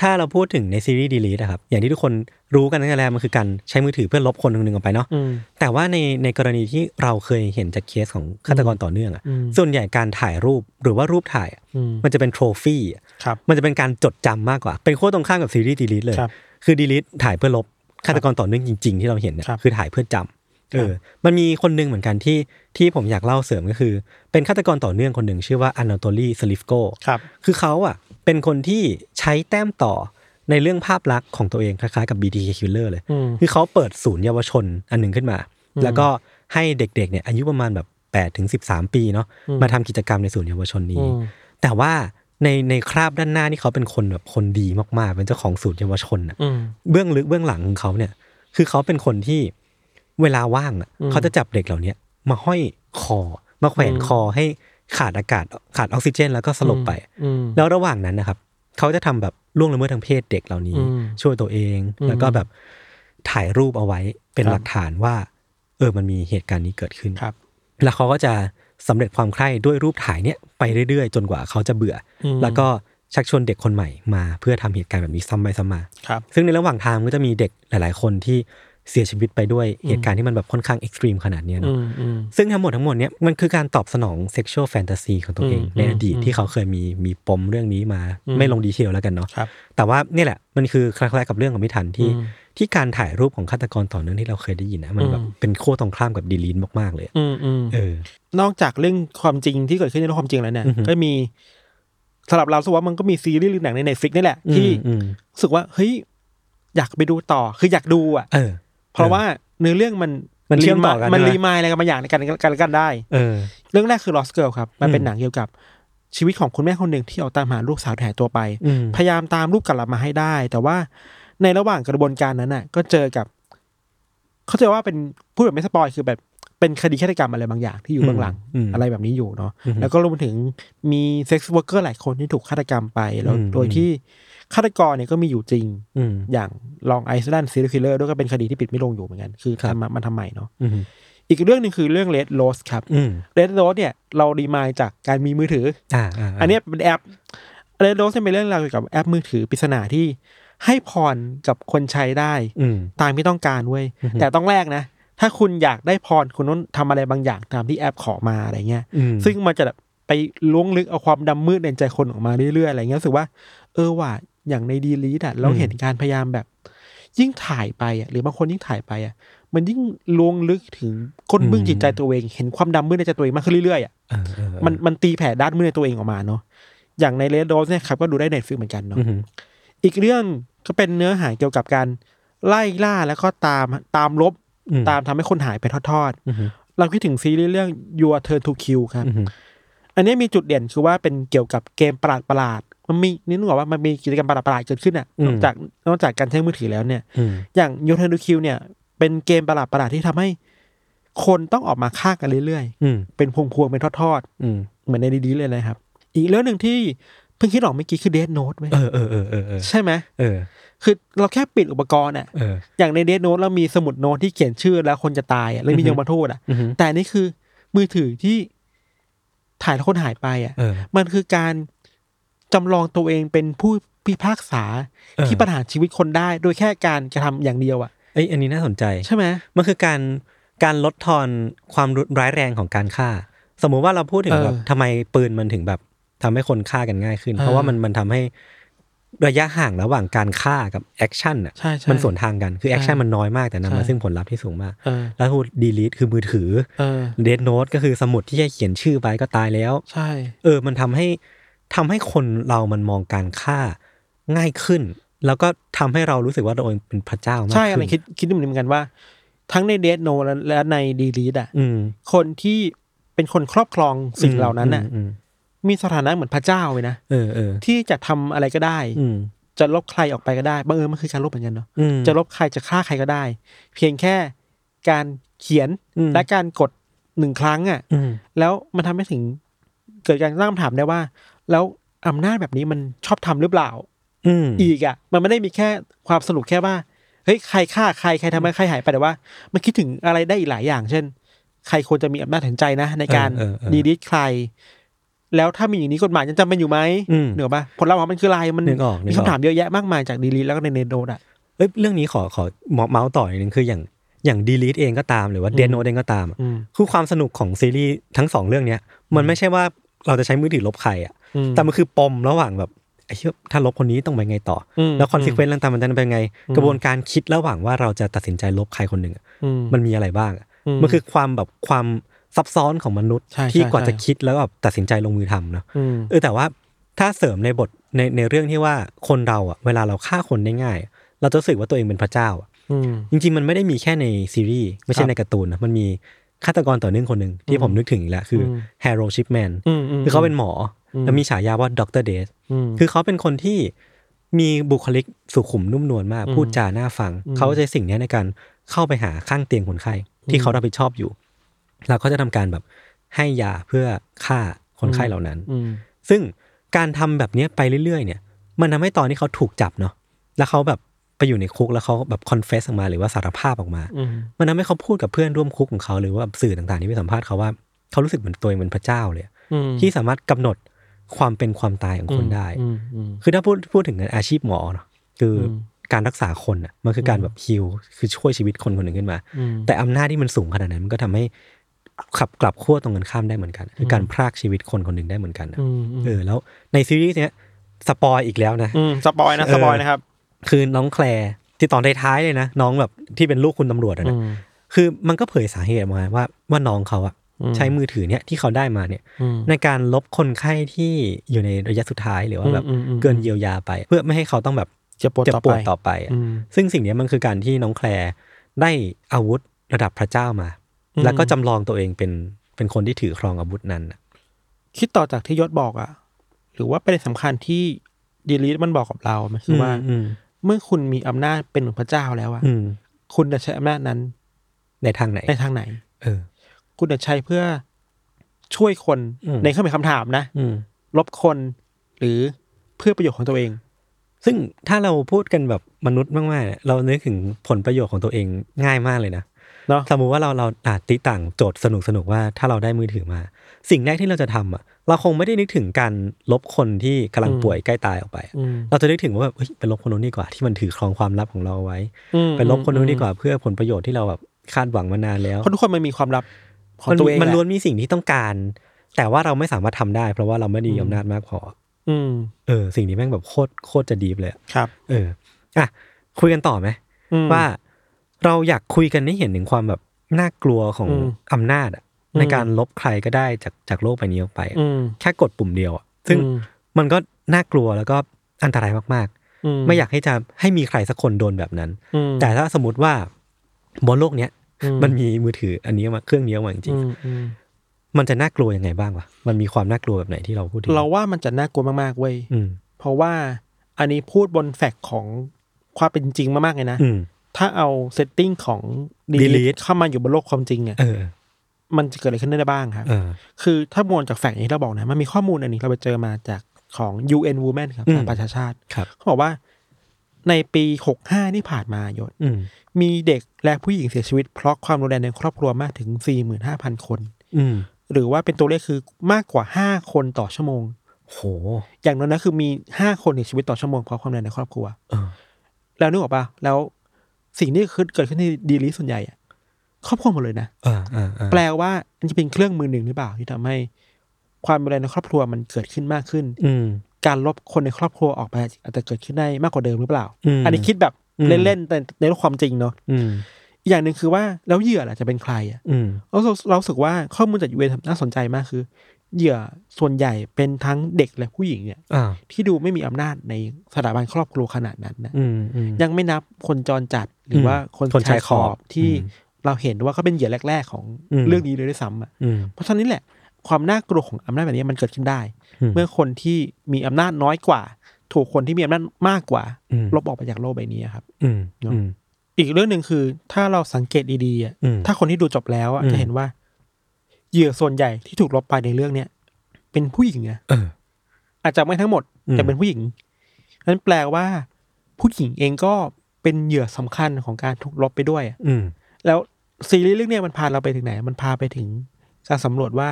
A: ถ้าเราพูดถึงในซีรีส์ดีลีทนะครับ อย่างที่ทุกคนรู้กันตั้งแต่แรกมันคือการใช้มือถือเพื่อลบคนหนึ่งๆออกไปเนาะ
B: อืม
A: แต่ว่าในในกรณีที่เราเคยเห็นจากเคสของฆาตกรต่อเนื่องอะ
B: อืม
A: ส่วนใหญ่การถ่ายรูปหรือว่ารูปถ่ายอะ
B: อืม
A: มันจะเป็นโทรฟี่อะ
B: ครับ
A: มันจะเป็นการจดจำมากกว่า เป็นขั้วตรงข้ามกับซีรีส์ดีลีทเลย
B: ครับ
A: คือดีลิทถ่ายเพื่อลบฆาตกรต่อเนื่องจริง ๆ ที่เราเห็นเนี่ย
B: ครับ
A: คือถ่ายเพื่อจำเออมันมีคนหนึ่งเหมือนกันที่ที่ผมอยากเล่าเสริมก็คือ เป็นฆาตกรต่อเนื่องคนหนึ่งชื่อว่าอ n น t o ลีสลิฟโก
B: ครับ
A: คือเขาอ่ะเป็นคนที่ใช้แต้มต่อในเรื่องภาพลักษณ์ของตัวเองคล้ายๆกับ BTK Killer เลย
B: อืม
A: คือเขาเปิดศูนย์เยาวชนอันหนึ่งขึ้นมา
B: อืม
A: แล้วก็ให้เด็กๆเนี่ยอายุประมาณแบบ8ถึง13 ปีเนาะ
B: อืม
A: มาทำกิจกรรมในศูนย์เยาวชนนี้
B: อืม
A: แต่ว่าในในคราบด้านหน้านี่เขาเป็นคนแบบคนดีมากๆ เป็นเจ้าของศูนย์เยาวชนอะ
B: อืม
A: เบื้องลึกเบื้องหลังของเขาเนี่ย คือเขาเป็นคนที่เวลาว่างอ่ะ
B: อืม
A: เขาจะจับเด็กเหล่าเนี้ยมาห้อยคอ มาแขวน
B: อืม
A: คอให้ขาดอากาศขาดออกซิเจน แล้วก็สลบไป
B: อืม
A: แล้วระหว่างนั้นนะครับ เขาจะทำแบบล่วงละเมิดทางเพศเด็กเหล่านี้
B: อืม
A: ช่วยตัวเอง
B: อืม
A: แล้วก็แบบถ่ายรูปเอาไว้เป็น
B: ครับ
A: หลักฐานว่า เออมันมีเหตุการณ์นี้เกิดขึ้น
B: ครับ
A: แล้วเขาก็จะสำเร็จความใคร่ด้วยรูปถ่ายเนี่ยไปเรื่อยๆ จนกว่าเขาจะเบื่ออ
B: อืม
A: แล้วก็ชักชวนเด็กคนใหม่มาเพื่อทำเหตุการณ์แบบนี้ซ้ำไปซ้ำมา
B: ครับ
A: ซึ่งในระหว่างทางก็จะมีเด็กหลาย ๆ คนที่เสียชีวิตไปด้วยเหตุการณ์ที่มันแบบค่อนข้างเอ็กซ์ตรีมขนาดเนี้ย
B: อื
A: เนาะ
B: ม อืม
A: ซึ่งทั้งหมดทั้งหมดเนี้ยมันคือการตอบสนองเซ็กชวลแฟนตาซีของตัวเอง
B: อืม
A: ในอดีต
B: อืม
A: ที่เขาเคยมีมีปมเรื่องนี้มา
B: อืม
A: ไม่ลงดีเทลแล้วกันเนาะ
B: ครับ
A: แต่ว่าเนี่ยแหละมันคือคล้ายๆกับเรื่องของมิถันที่
B: อืม
A: ที่การถ่ายรูปของฆาตกรต่อเนื่องที่เราเคยได้ยินนะมันแบบ
B: อืม
A: เป็นขั้วตรงข้ามกับดีลีนมากๆเลย
B: อืม อืม
A: เออ
B: นอกจากเรื่องความจริงที่เกิดขึ้นในโลกความจริงแล้วเนี่ย
A: อือหือ
B: ก็มีสำหรับเราสกว่ามันก็มีซีรีส์หรือหนังใน Netflix นี่แหละ ที่
A: อืม
B: รู้สึกว่า เฮ้ย อยากไปดูต่อ คืออยากดูอ่ะ
A: เออ
B: เพราะว่าเนื้อเรื่องมัน
A: มันเชื่อมต่อกัน
B: มัน
A: ใช่ไหม
B: รีมายอะไรกันบางอย่างในการกันกันได้
A: เออ
B: เรื่องแรกคือ Lost Girl ครับ มันเป็น
A: อืม
B: หนังเกี่ยวกับชีวิตของคุณแม่คนหนึ่งที่ออกตามหาลูกสาวที่หายตัวไป
A: อืม
B: พยายามตามรูปกลับมาให้ได้ แต่ว่าในระหว่างกระบวนการนั้นน่ะ ก็เจอกับ เขาจะว่าเป็นพูดแบบไม่สปอยคือแบบเป็นคดีฆาตกรรมอะไรบางอย่างที่อยู่เบื้องหลัง
A: อืม
B: อะไรแบบนี้อยู่เนาะ
A: อืม
B: แล้วก็รวมไปถึงมีเซ็กซ์วอร์เกอร์หลายคนที่ถูกฆาตกรรมไปแล้ว
A: อืม
B: โดยที่ฆาตกรเนี่ยก็มีอยู่จริง
A: อืม
B: อย่างลองไอซ์แลนด์ซีรีคิลเลอร์ด้วยก็เป็นคดีที่ปิดไม่ลงอยู่เหมือนกันคือ
A: ครับ
B: ทำมามันทำใหม่เนาะ
A: อืม
B: อีกเรื่องหนึ่งคือเรื่องเลดโรสครับ
A: อืม
B: เลดโรสเนี่ย เรารีมายจากการมีมือถือ
A: อ่าา
B: อันเนี้ยเป็นแอปเรดโดสเป็นเรื่องราวเกี่ยวกับแอปมือถือปริศนาที่ให้พรกับคนใช้ได้
A: อืม
B: ตามที่ต้องการเว้ย
A: อือฮึ
B: แต่ต้องแลกนะ ถ้าคุณอยากได้พรคุณต้องทำอะไรบางอย่างตามที่แอปขอมาอะไรเงี้ย
A: อืม
B: ซึ่งมันจะแบบไปล้วงลึกเอาความดำมืดในใจคนออกมาเรื่อยๆอะไรเงี้ยรู้สึกว่า เออว่ะอย่างในดีลีดอะเราเห็นการพยายามแบบ ยิ่งถ่ายไปอะหรือบางคนยิ่งถ่ายไปอะมันยิ่งล้วงลึกถึงก้นบึ้ง
A: อืม
B: จิตใจตัวเอง เห็นความดำมืดในใจตัวเองมากขึ้นเรื่อยๆอะ
A: เออเออเออ
B: มันมันตีแผ่ด้านมืดในตัวเองออกมาเนาะ อย่างในเลดโดสเนี่ยครับก็ดูได้ในฟิลเหมือนกันเนาะ
A: อืม
B: อีกเรื่องก็เป็นเนื้อหาเกี่ยวกับการไล่ล่าแล้วก็ตามตามลบ
A: อืม
B: ตามทำให้คนหายไปทอด
A: อืม
B: ๆ เราคิดถึงซีรีส์เรื่อง Your Turn to Kill ครับ
A: อืม
B: อันนี้มีจุดเด่นคือว่าเป็นเกี่ยวกับเกมประหลาดประหลาดๆมันมีนี่นึกออกว่ามันมีกิจกรรมประหลาดประหลาดๆเกิดขึ้นอ่ะ
A: อืม
B: นอกจากนอกจากการใช้มือถือแล้วเนี่ย
A: อืม
B: อย่าง Your Turn to Kill เนี่ย เป็นเกมประหลาดประหลาดๆที่ทำให้ คนต้องออกมาฆ่ากันเรื่อย
A: อืม
B: ๆ เป็นพวงๆเป็นทอดๆ
A: อืม
B: เหมือนในดีๆเลยนะครับ อีกเรื่องหนึ่งที่เพิ่งคิดออกเมื่อกี้คือเดทโนดไหม
A: เออเออเออเออเออ
B: ใช่ไหม
A: เออ
B: คือเราแค่ปิดอุปกรณ์อ่ะ
A: เออ
B: อย่างในเดทโนดเรามีสมุดโน้ตที่เขียนชื่อแล้วคนจะตายอ่ะแล้วมี
A: อือฮึ
B: ยมทูตอ่ะ
A: อืม
B: แต่อันนี่คือมือถือที่ถ่ายแล้วคนหายไปอ่ะ
A: เออ
B: มันคือการจำลองตัวเองเป็นผู้พิพากษา
A: เออ
B: ที่ประหารชีวิตคนได้ โดยแค่การกระทำอย่างเดียวอ่ะ
A: เอ้ยอันนี้น่าสนใจ
B: ใช่ไหม
A: มันคือการการลดทอนความรุนร้ายแรงของการฆ่า สมมุติว่าเราพูดถึง
B: เออ
A: แบบทำไมปืนมันถึงแบบทำให้คนฆ่ากันง่ายขึ้น
B: เออ
A: เพราะว่ามันมันทำให้ ระยะห่างระหว่างการฆ่ากับแอคชั่นอ่ะ
B: ใช่ใช่
A: มันสวนทางกันคือแอคชั่นมันน้อยมากแต่นำมา
B: ใช่
A: ซึ่งผลลัพธ์ที่สูงมาก
B: เออ
A: แล้วทูดีลีทคือมือถือ
B: เออ
A: เดดโนตก็คือสมุดที่แค่เขียนชื่อไปก็ตายแล้ว
B: ใช่
A: เออ มันทำให้ทำให้คนเรามันมองการฆ่าง่ายขึ้น แล้วก็ทำให้เรารู้สึกว่าตัวเองเป็นพระเจ้ามาก
B: ใช่
A: ขึ้น
B: อะไรคิดคิดเหมือนกันว่า ทั้งในเด n โนและในดีลีดอ่ะ
A: อืม
B: คนที่เป็นคนครอบครองสิ่งเหล่านั้นน่ะ
A: อืม
B: มีสถานะเหมือนพระเจ้าเลยนะ
A: อืมเออเออ
B: ที่จะทำอะไรก็ได้
A: อืม
B: จะลบใครออกไปก็ได้บังเอิญมันคือการลบเหมือนกันเนาะ
A: อืม
B: จะลบใครจะฆ่าใครก็ได้ เพียงแค่การเขียน
A: อืม
B: และการกดหนึ่งครั้งอ่ะ
A: อืม
B: แล้วมันทำให้ถึงเกิดการตั้งคำถามได้ว่า แล้วอำนาจแบบนี้มันชอบทำหรือเปล่า
A: อืม
B: อีกอ่ะ มันไม่ได้มีแค่ความสนุกแค่ว่าเฮ้ยใครฆ่าใครใครทำให้ใครหายไปแต่ว่า มันคิดถึงอะไรได้อีกหลายอย่าง เช่น ใครควรจะมีอำนาจตัดสินใจนะ ในการ
A: เออเออเออ
B: ดีลิทใคร แล้วถ้ามีอย่างนี้กฎหมายยังจำเป็นอยู่ไหม
A: อืม
B: เหนือปะผลลัพธ์ของมันคืออะไรมัน
A: นึกออกนึ
B: มี
A: กออก
B: คำถามเยอะแยะมากมายจากดีลิทแล้วก็ในเนโดดอ่ะ
A: เอ้ยเรื่องนี้ขอขอเมาส์ต่ออีกนึงคืออย่างอย่างดีลีทเองก็ตามหรือว่าเดนโนเองก็ตามอะ
B: อืม
A: คือความสนุกของซีรีส์ทั้งสองเรื่องเนี้ยมันไม่ใช่ว่าเราจะใช้มือถือลบใครอ่ะ
B: อืม
A: แต่มันคือปมระหว่างแบบไอ้เหี้ยถ้าลบคนนี้ต้องไปไงต่ออ
B: ม
A: แล้วคอนซิเควนต์ต่างๆมันจะเป็นไง กระบวนการคิดระหว่างว่าเราจะตัดสินใจลบใครคนหนึ่งอะ
B: อืม
A: มันมีอะไรบ้างอะ
B: อืม
A: มันคือความแบบความซับซ้อนของมนุษย์
B: ใช่
A: ที่
B: ใช่
A: กว่า
B: ใช่
A: จะคิดแล้วแบบตัดสินใจลงมือทำเนาะ
B: อืม
A: เออแต่ว่าถ้าเสริมในบทในในเรื่องที่ว่าคนเราอ่ะเวลาเราฆ่าคนได้ง่ายอะเราจะรู้สึกว่าตัวเองเป็นพระเจ้าอะ
B: อืม
A: จริงๆ มันไม่ได้มีแค่ในซีรีส์ไม่ใช่
B: ครับ
A: ในการ์ตูนนะมันมีฆาตกรต่อเนื่องคนหนึ่งที่ผมนึกถึงอีกแล้วคือ
B: ม
A: แฮร์โรชิปแมน
B: อืมม
A: คือเขาเป็นหมออแล้วมีฉายาว่าด็อกเตอร์เดส
B: ม
A: คือเขาเป็นคนที่มีบุคลิกสุขุมนุ่มนวลมาก พูดจาน่าฟัง เขาจะใช้สิ่งเนี้ยในการเข้าไปหาข้างเตียงคนไข้ที่เขารับผิดชอบอยู่ แล้วเขาจะทำการแบบให้ยาเพื่อฆ่าคนไข้เหล่านั้น
B: อืม
A: ซึ่งการทำแบบเนี้ยไปเรื่อยๆ เนี่ย มันทำให้ตอนที่เขาถูกจับเนาะแล้วเขาแบบไปอยู่ในคุกแล้วเขาแบบคอนเฟสออกมาหรือว่าสารภาพออกมา
B: อืม
A: มันทำให้เขาพูดกับเพื่อนร่วมคุกของเขาหรือว่าสื่อต่างๆที่ไปสัมภาษณ์เขาว่าเขารู้สึกเหมือนตัวเองเป็นพระเจ้าเลยอะ
B: อืม
A: ที่สามารถกำหนดความเป็นความตายของคนได้
B: อืมอืม
A: คือถ้าพูดพูดถึงอาชีพหมอเนาะคืออการรักษาคนอ่ะมันคือการแบบฮิลคือช่วยชีวิตคนคนหนึ่งขึ้นมา
B: อืม
A: แต่อำนาจที่มันสูงขนาดนั้นมันก็ทำให้ขับกลับขั้วตรงกันข้ามได้เหมือนกัน คือการพรากชีวิตคนคนหนึ่งได้เหมือนกันอะ
B: อืมอืม
A: เออแล้วในซีรีส์เนี้ยสปอยอีกแล้วนะ
B: อืมสปอยนะสปอย
A: เออ
B: นะครับ
A: คือน้องแคลร์ที่ตอนท้ายๆเลยนะ น้องแบบที่เป็นลูกคุณตำรวจอะนะ
B: อืม
A: คือมันก็เผยสาเหตุมาว่าว่าน้องเขาอะ
B: อืม
A: ใช้มือถือเนี่ยที่เขาได้มาเนี่ย
B: อืม
A: ในการลบคนไข้ที่อยู่ในระยะสุดท้ายหรือว่าแบบ
B: อืมอืมอืม
A: เกินเยียวยาไป เพื่อไม่ให้เขาต้องแบบ
B: จะปวด
A: เจ็บ
B: ต่อ
A: ป
B: ไป
A: วดต่อไปอะ
B: อืม
A: ซึ่งสิ่งเนี้ยมันคือการที่น้องแคลร์ได้อาวุธระดับพระเจ้ามา แล้วก็จำลองตัวเองเป็นเป็นคนที่ถือครองอาวุธนั้นอะ
B: คิดต่อจากที่ยศบอกอะหรือว่าประเด็นสำคัญที่ดีลีทมันบอกกับเรา มันคือว่า
A: อืม
B: เมื่อคุณมีอำนาจเป็นเหมือนพระเจ้าแล้วอะ
A: อืม
B: คุณจะใช้อำนาจนั้น
A: ในทางไหน
B: ในทางไหน
A: เออ
B: คุณจะใช้เพื่อช่วยคน
A: อืม
B: ในเครื่องหมายคำถามนะ
A: อืม
B: ลบคนหรือเพื่อประโยชน์ของตัวเอง
A: ซึ่งถ้าเราพูดกันแบบมนุษย์มากๆเนี่ยเรานึกถึงผลประโยชน์ของตัวเองง่ายมากเลยนะ
B: เนาะ
A: สมมุติว่าเราเราอาจติต่างโจทย์สนุกสนุกๆว่าถ้าเราได้มือถือมา สิ่งแรกที่เราจะทำอ่ะเราคงไม่ได้นึกถึงการลบคนที่กำลังป่วยใกล้ตายออกไปอะ
B: อืม
A: เราจะนึกถึงว่าแบบเฮ้ยไปลบคนนู้นดีกว่าที่มันถือครองความลับของเราเอาไว้
B: อืม
A: ไปลบคนนู้นดีกว่าเพื่อผลประโยชน์ที่เราแบบคาดหวังมานานแล้ว
B: เพราะทุกคนมันมีความลับของ
A: มัน
B: ตัวเอง
A: มัน
B: แหละ
A: ล้วนมีสิ่งที่ต้องการ แต่ว่าเราไม่สามารถทำได้ เพราะว่าเราไม่ได้มีอำนาจมากพอ
B: อืม
A: เออสิ่งนี้แม่งแบบโคตรโคตรจะดีฟเลยอะ
B: ครับ
A: เอออ่ะคุยกันต่อไหม
B: อืม
A: ว่าเราอยากคุยกันให้เห็นถึงความแบบน่ากลัวของ
B: อืม
A: อำนาจอะ
B: อืม
A: ในการลบใครก็ได้จากจากโลกใบนี้ออกไปอะ
B: อืม
A: แค่กดปุ่มเดียวอะซึ่ง
B: อืม
A: มันก็น่ากลัวแล้วก็อันตรายมาก
B: อื
A: ๆ ไม่อยากให้จะให้มีใครสักคนโดนแบบนั้น
B: อืม
A: แต่ถ้าสมมติว่าบนโลกเนี้ย
B: อืม
A: มันมีมือถืออันนี้มาเครื่องนี้มาจริง
B: อืมอืม
A: ๆมันจะน่ากลัวยังไงบ้างวะมันมีความน่ากลัวแบบไหนที่เราพูดถึง
B: เราว่ามันจะน่ากลัวมาก ๆ เว้ย
A: อืม
B: เพราะว่าอันนี้พูดบนแฟกต์ของความเป็นจริงมาก ๆ เลยนะ
A: อืม
B: ถ้าเอาเซตติ้งของ
A: Delete
B: delete เข้ามาอยู่บนโลกความจริงอ่ะ
A: เออ
B: มันจะเกิดอะไรขึ้นได้บ้างครับ
A: เออ
B: คือถ้ามวลจากแฟกต์อย่างที่เราบอกนะ มันมีข้อมูลอันนี้เราไปเจอมาจากของ UN Women ครับ
A: อืม
B: สหประชาชาติ
A: ครับ
B: เขาบอกว่าในปี 65 ที่ผ่านมายศ
A: อืม
B: มีเด็กและผู้หญิงเสียชีวิต เพราะความรุนแรงในครอบครัวมากถึง 45,000 คน
A: อืม
B: หรือว่าเป็นตัวเลขคือมากกว่า 5 คนต่อชั่วโมง
A: โห
B: อย่างน้อยนะคือมีห้าคนเสียชีวิตต่อชั่วโมงเพราะความแรงในครอบครัว
A: เออ
B: แล้วนึกออกปะแล้วสิ่งที่คือเกิดขึ้นในดีลิส่วนใหญ่อะครอบครัวหมดเลยนะ
A: เออเออเออ
B: แปลว่าอันจะเป็นเครื่องมือหนึ่งหรือเปล่าที่ทำให้ความรุนแรงในครอบครัวมันเกิดขึ้นมากขึ้น
A: อืม
B: การลบคนในครอบครัวออกไปอาจจะเกิดขึ้นได้มากกว่าเดิมหรือเปล่า
A: อืม
B: อันนี้คิดแบบ
A: อืม
B: เล่นๆแต่ในโลกความจริงเนาะ
A: อืม
B: อีกอย่างหนึ่งคือว่าแล้วเหยื่อล่ะจะเป็นใครอะ
A: อืม
B: เราสึกเรารู้สึกว่าข้อมูลจากยูเอน่าสนใจมากคือ เหยื่อส่วนใหญ่เป็นทั้งเด็กและผู้หญิงเนี่ย
A: อ่า
B: ที่ดูไม่มีอำนาจในสถาบันครอบครัวขนาดนั้นนะ
A: อืมอืม
B: ยังไม่นับคนจรจัดหรือว่าคน
A: คนชาย
B: ชายขอ
A: ขอ
B: บบ ที่
A: อืม
B: เราเห็นว่าเขาเป็นเหยื่อแรก ๆ ของ
A: อืม
B: เรื่องนี้เลยด้วยซ้ำอะ
A: อืม
B: เพราะฉะนั้นแหละ ความน่ากลัวของอำนาจแบบนี้มันเกิดขึ้นได้
A: อืม
B: เมื่อคนที่มีอำนาจน้อยกว่า ถูกคนที่มีอำนาจมากกว่า
A: อืม
B: ลบออกไปจากโลกใบนี้อะครับ
A: อืมอืม
B: อีกเรื่องหนึ่งคือ ถ้าเราสังเกตดีๆอะ
A: อืม
B: ถ้าคนที่ดูจบแล้วอะ
A: อืม
B: จะเห็นว่า เหยื่อส่วนใหญ่ที่ถูกลบไปในเรื่องเนี้ยเป็นผู้หญิงนะ
A: เออ
B: อาจจะไม่ทั้งหมด
A: อืม
B: แต่เป็นผู้หญิงนั้นแปลว่า ผู้หญิงเองก็เป็นเหยื่อสำคัญของการถูกลบไปด้วยอะ
A: อืม
B: แล้วซีรีส์เรื่องเนี้ยมันพาเราไปถึงไหน มันพาไปถึงการสำรวจว่า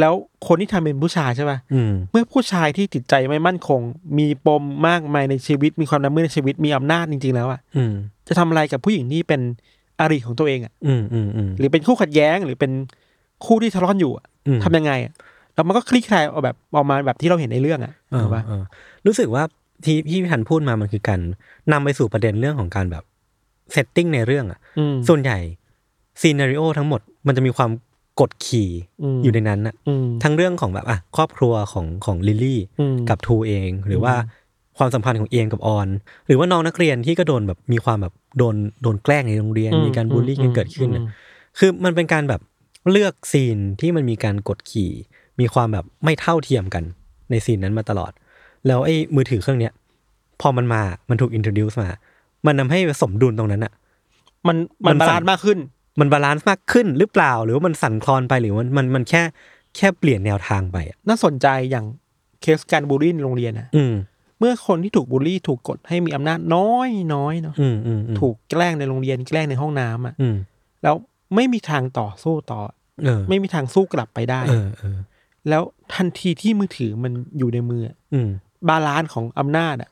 B: แล้วคนที่ทำเป็นผู้ชายใช่ป่ะ
A: อืม
B: เมื่อผู้ชายที่จิตใจไม่มั่นคง มีปมมากมายในชีวิต มีความน้ำมือในชีวิตมีอำนาจจริง ๆ แล้วอะ
A: อืม
B: จะทำอะไรกับผู้หญิงที่เป็นอริของตัวเองอ่ะ
A: อืมอืมอืม
B: หรือเป็นคู่ขัดแย้งหรือเป็นคู่ที่ทะเลาะกันอยู่อะ
A: อืม
B: ทำยังไงอะแล้วมันก็คลี่คลายออกแบบออกมาแบบที่เราเห็นในเรื่องอ่ะ
A: เออ
B: ถูกปะ
A: เออรู้สึกว่าที่พี่พันพูดมามันคือการนำไปสู่ประเด็นเรื่องของการแบบเซตติ้งในเรื่องอ่ะ
B: อืม
A: ส่วนใหญ่ซีนารีโอทั้งหมดมันจะมีความกดขี่
B: อืม
A: อยู่ในนั้นอ่ะ
B: อืม
A: ทั้งเรื่องของแบบอ่ะครอบครัวของของลิลลี่
B: อืม
A: กับทูเอง หรือว่าความสัมพันธ์ของเองกับออน หรือว่าน้องนักเรียนที่ก็โดนแบบมีความแบบโดนโดนแกล้งในโรงเรียน มีการบูลลี่กันเกิดขึ้น
B: อื
A: น่ะ
B: ม
A: คือมันเป็นการแบบเลือกซีนที่มันมีการกดขี่ มีความแบบไม่เท่าเทียมกันในซีนนั้นมาตลอด แล้วไอ้มือถือเครื่องเนี้ย พอมันมา มันถูกอิน r o d ดิ e มา มันทำให้สมดุลตรงนั้นอะ
B: มัน
A: มั
B: มัน
A: น
B: บาลานซ์มากขึ้น
A: มันบาลานซ์มากขึ้นหรือเปล่า หรือว่ามันสั่นคลอนไปหรือมันมันมันแค่แค่เปลี่ยนแนวทางไปอะ
B: น่าสนใจอย่างเคสการบูลลี่ในโรงเรียนอ่ะ
A: อืม
B: เมื่อคนที่ถูกบูลลี่ถูกกดให้มีอำนาจน้อยน้อยๆเนาะ
A: อืมอืมอืม
B: ถูกแกล้งในโรงเรียนแกล้งในห้องน้ำอ่ะ
A: อืม
B: แล้วไม่มีทางต่อสู้ต่อ
A: เออ
B: ไม่มีทางสู้กลับไปได้
A: เออเออ
B: แล้วทันทีที่มือถือมันอยู่ในมืออะ
A: อืม
B: บาลานซ์ของอำนาจอ่ะ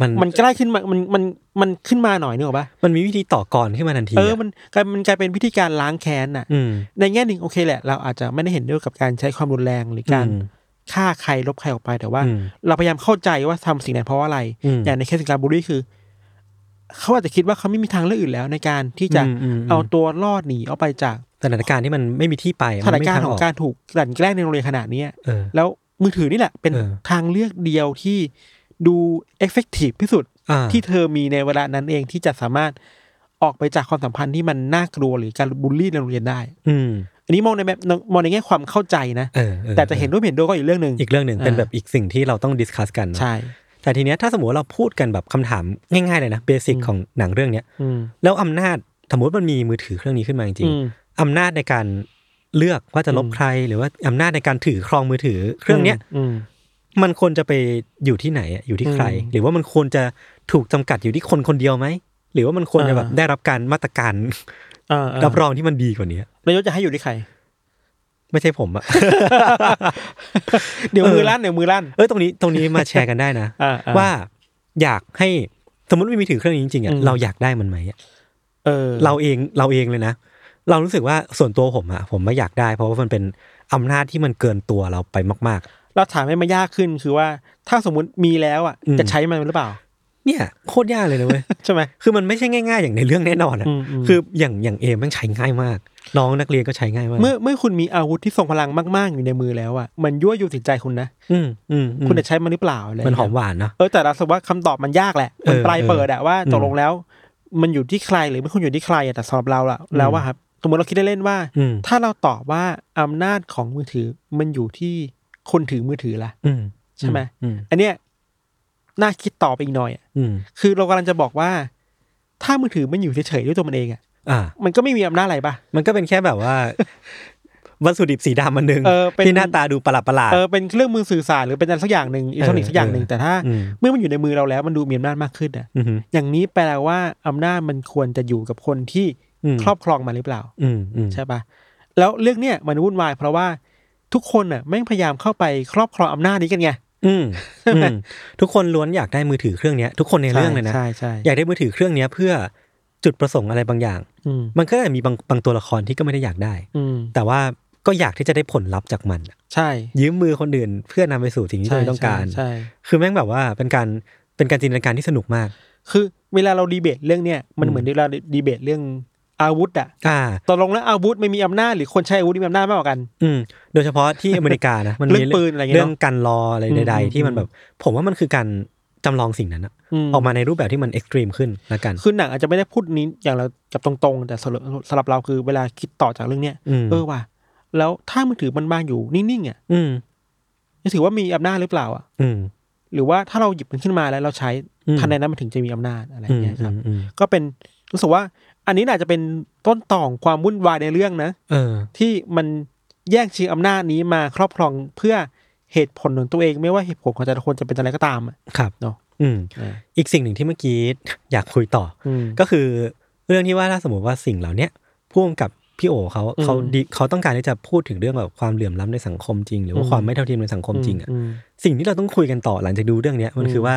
A: มัน
B: มันใกล้ขึ้นมา มัน มัน มันขึ้นมาหน่อยนึกออกปะ
A: มันมีวิธีต่อกรขึ้นมาทันที
B: เออ
A: อะ
B: มันกลายมันกลายเป็นวิธีการล้างแค้นอ่ะ
A: อืม
B: ในแง่หนึ่งโอเคแหละ เราอาจจะไม่ได้เห็นด้วยกับการใช้ความรุนแรงหรือการ
A: อืม
B: ฆ่าใครลบใครออกไป แต่ว่า
A: อืม
B: เราพยายามเข้าใจว่าทำสิ่งนั้นเพราะว่าอะไร
A: อืม
B: อย่างในเคสการบูลลี่คือ เขาอาจจะคิดว่าเขาไม่มีทางเลือกอื่นแล้วในการที่จะ
A: อืมอืมอืม
B: เอาตัวรอดหนีออกไปจาก
A: สถานการณ์ที่มันไม่มีที่ไปมั
B: สถาน
A: ไม่มี
B: การณ์
A: ท
B: ของ
A: ก
B: การถูกกลั่นแกล้งในโรงเรียนขนาดเนี้ย
A: เออ
B: แล้วมือถือนี่แหละเป็น
A: เออ
B: ทางเลือกเดียวที่ดูเอฟเฟกตีฟที่สุด
A: อ่า
B: ที่เธอมีในเวลานั้นเองที่จะสามารถออกไปจากความสัมพันธ์ที่มันน่ากลัวหรือการบูลลี่ในโรงเรียนได้
A: อืม
B: อันนี้มองในแบบมองในแง่ความเข้าใจนะ
A: เออเออ
B: แต่จะเห็นด้วยไม่เห็นด้วยก็อีกเรื่องหนึ่ง
A: อีกเรื่องหนึ่ง
B: อ่า
A: เป็นแบบอีกสิ่งที่เราต้องดิสคัสกันเนอะ
B: ใช่
A: แต่ทีเนี้ยถ้าสมมติว่าเราพูดกันแบบคำถามง่ายๆเลยนะเบสิกของหนังเรื่องเนี้ย
B: อืม
A: แล้วอำนาจสมมติมันมีมือถือเครื่องนี้ขึ้นมาจริง
B: อืม
A: ๆอำนาจในการเลือกว่าจะลบ
B: อืม
A: ใครหรือว่าอำนาจในการถือครองมือถือเครื่องเนี้ย
B: อืม
A: มันควรจะไปอยู่ที่ไหนอะอยู่ที่ใคร
B: อืม
A: หรือว่ามันควรจะถูกจำกัดอยู่ที่คนคนเดียวไหมหรือว่ามันควรจะแบบ
B: อ่า
A: ได้รับการมาตรการ
B: อ่าอ่า
A: รับรองที่มันดีกว่านี้
B: นายกจะให้อยู่ที่ใคร
A: ไม่ใช่ผมอะ
B: เดี๋ยว
A: เออ
B: มือลั่นเดี๋ยวมือลั่น
A: เอ้ยตรงนี้ตรงนี้มาแชร์กันได้นะ
B: อ่าอ่า
A: ว่าอยากให้สมมติว่ามีถือเครื่องนี้จริงๆอ่ะ
B: อืม
A: เราอยากได้มันไหมอะ
B: เออ
A: เราเองเราเองเลยนะ เรารู้สึกว่าส่วนตัวผมอ่ะผมไม่อยากได้ เพราะว่ามันเป็นอำนาจที่มันเกินตัวเราไปมาก
B: เราถามให้มันยากขึ้นคือว่า ถ้าสมมติมีแล้วอ่ะ
A: อืม
B: จะใช้มันหรือเปล่า
A: ๆ เนี่ยโคตรยากเลยนะเว้ย
B: ใช่ไหม
A: คือมันไม่ใช่ง่าย ๆ อย่างในเรื่องแน่นอนอ่ะ
B: อืมอืม
A: คืออย่างอย่างเอมแมันใช้ง่ายมาก น้องนักเรียนก็ใช้ง่ายมาก
B: เมื่อเมื่อคุณมีอาวุธที่ทรงพลังมาก ๆ อยู่ในมือแล้วอ่ะมันยั่วยุจิตใจคุณนะ
A: อืมอืมอืม
B: คุณจะใช้มันหรือเปล่าอะไร
A: มันหอมหวานเนาะ
B: เออแต่เราสึกว่าคำตอบมันยากแหละ
A: เออ
B: มันปลายเปิดอะว่า
A: อืม
B: ตกลงแล้ว มันอยู่ที่ใครหรือไม่คุณอยู่ที่ใครอะแต่สำหรับเราละแล้วว่าครับสมมติเราคิดเล่นๆว่า
A: อืม
B: ถ้าเราตอบว่าอำนาจของมือถือมันอยู่ที่คนถือมือถือล่ะ
A: อืม
B: ใช่ไหม
A: อืม
B: อันเนี้ยน่าคิดต่อไปอีกหน่อยอะ
A: อืม
B: คือเรากำลังจะบอกว่า ถ้ามือถือมันอยู่เฉยๆด้วยตัวมันเองอะ
A: อ่า
B: มันก็ไม่มีอำนาจอะไรปะ
A: มันก็เป็นแค่แบบ ว่า วัตถุดิบสีดำมันหนึ่ง
B: เออเป็น
A: ที่หน้าตาดูประหลาดประหลาด
B: เออเป็นเครื่องมือสื่อสารหรือเป็นอะไรสักอย่างหนึ่งอิเล็กทรอนิกส์สักอย่างหนึ่ง
A: เออ
B: แต่ถ้า
A: อืม
B: เมื่อมันอยู่ในมือเราแล้วมันดูมีอำนาจมากขึ้นอะ
A: อหือ
B: อย่างนี้แปลว่าอำนาจมันควรจะอยู่กับคนที่
A: อืม
B: ครอบครองมันหรือเปล่า
A: อืมอืม
B: ใช่ปะแล้วเรื่องเนี้ยมันวุ่นวายเพราะว่าทุกคนน่ะแม่งพยายามเข้าไปครอบครองอำนาจนี้กันไง
A: อืมอืมทุกคนล้วนอยากได้มือถือเครื่องเนี้ยทุกคนในเรื่องเลยนะ
B: ใช่ใช่
A: อ
B: ใช่
A: ยากได้มือถือเครื่องเนี้ยเพื่อจุดประสงค์อะไรบางอย่าง
B: อืม
A: มันก็จะมีบางบางตัวละครที่ก็ไม่ได้อยากได้
B: อืม
A: แต่ว่า ก็อยากที่จะได้ผลลัพธ์จากมันอะ
B: ใช่
A: ยืมมือคนอื่นเพื่อนำไปสู่สิ่งที่
B: ใช่
A: ตัวเองต้องการ
B: ใช่ใช่
A: คือแม่งแบบว่าเป็นการเป็นการจินตนาการที่สนุกมาก
B: คือเวลาเราดีเบตเรื่องเนี้ยมันเหมือนเวลาดีเบตเรื่องอาวุธอะ
A: อ่า
B: ตกลงแล้วอาวุธไม่มีอำนาจหรือคนใช้อาวุธมีอำนาจมากกว่ากัน
A: อืมโดยเฉพาะที่อเมริกานะ มันมี
B: เรื่องปืนอะไรเงี้ยเนอะ
A: เรื่องการรออะไรใด
B: อืม
A: ๆ ที่มันแบบ ผมว่ามันคือการจำลองสิ่งนั้นอะออกมาในรูปแบบที่มันเอ็กซ์ตรีมขึ้นละกัน
B: คือหนังอาจจะไม่ได้พูดนี้อย่างเรากับตรงๆ แต่สำหรับสำหรับเราคือเวลาคิดต่อจากเรื่องเนี้ย
A: อืม
B: เออว่ะแล้วถ้ามือถือมันบางอยู่นิ่งๆอ่ะ
A: อืม
B: จะถือว่ามีอำนาจหรือเปล่าอ่ะ
A: อืม
B: หรือว่าถ้าเราหยิบมันขึ้นมาแล้วเราใช้
A: อืม
B: ทันใดนั้นมันถึงจะมีอำนาจอะไรอ
A: อื
B: ย่าง
A: ม
B: เงี้ยครับ
A: อืม
B: ก็เป็นรู้สึกว่าอันนี้อาจจะเป็นต้นต่อของความวุ่นวายในเรื่องนะ
A: เออ
B: ที่มันแย่งชิงอำนาจนี้มาครอบครองเพื่อเหตุผลของตัวเอง ไม่ว่าเหตุผลของแต่ละคนจะเป็นอะไรก็ตามอะ
A: ครับ
B: เนอะ
A: อืม
B: เออ
A: อีกสิ่งหนึ่งที่เมื่อกี้ อยากคุยต่ออ
B: อืม
A: ก็คือเรื่องที่ว่าถ้าสมมติว่าสิ่งเหล่าเนี้ยพ่วงกับพี่โอเขา
B: อืม
A: เขาดีเขาต้องการที่จะพูดถึงเรื่องแบบความเหลื่อมล้ำในสังคมจริง หรือว่า
B: อืม
A: ความไม่เท่าเทียมในสังคมจริงอะ
B: ม
A: สิ่งที่เราต้องคุยกันต่อหลังจากดูเรื่องเนี้ยมันคือว่า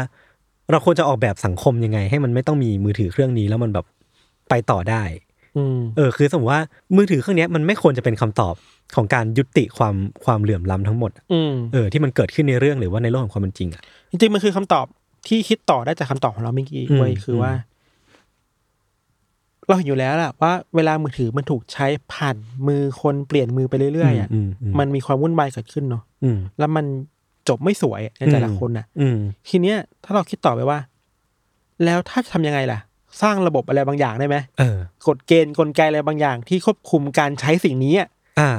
A: เราควรจะออกแบบสังคมยังไง ให้มันไม่ต้องมีมือถือเครื่องนี้แล้วมันแบบไปต่อได้
B: อืม
A: เออคือสมมติว่ามือถือเครื่องเนี้ยมันไม่ควรจะเป็นคำตอบของการยุติความความเหลื่อมล้ำทั้งหมดอะ
B: อืม
A: เออที่มันเกิดขึ้นในเรื่องหรือว่าในโลกของความเป็นจริงอะ
B: จริงๆมันคือคำตอบที่คิดต่อได้จากคำตอบของเราเมื่อกี้
A: อืม
B: เว้ยคืออ
A: ม
B: ว่า เราเห็นอยู่แล้วแหละว่าเวลามือถือมันถูกใช้ผ่านมือคนเปลี่ยนมือไปเรื่อยๆอ่ะ
A: อืมอื
B: มันมีความวุ่นวายเกิดขึ้นเนาะ
A: อืม
B: แล้วมันจบไม่สวยในแต่ละคนอ่ะ
A: อืม
B: ทีเนี้ยถ้าเราคิดต่อไปว่า แล้วถ้าจะทำยังไงล่ะ สร้างระบบอะไรบางอย่างได้ไหม
A: เออ
B: กฎเกณฑ์กลไกอะไรบางอย่างที่ควบคุมการใช้สิ่งนี้อะ
A: อ่า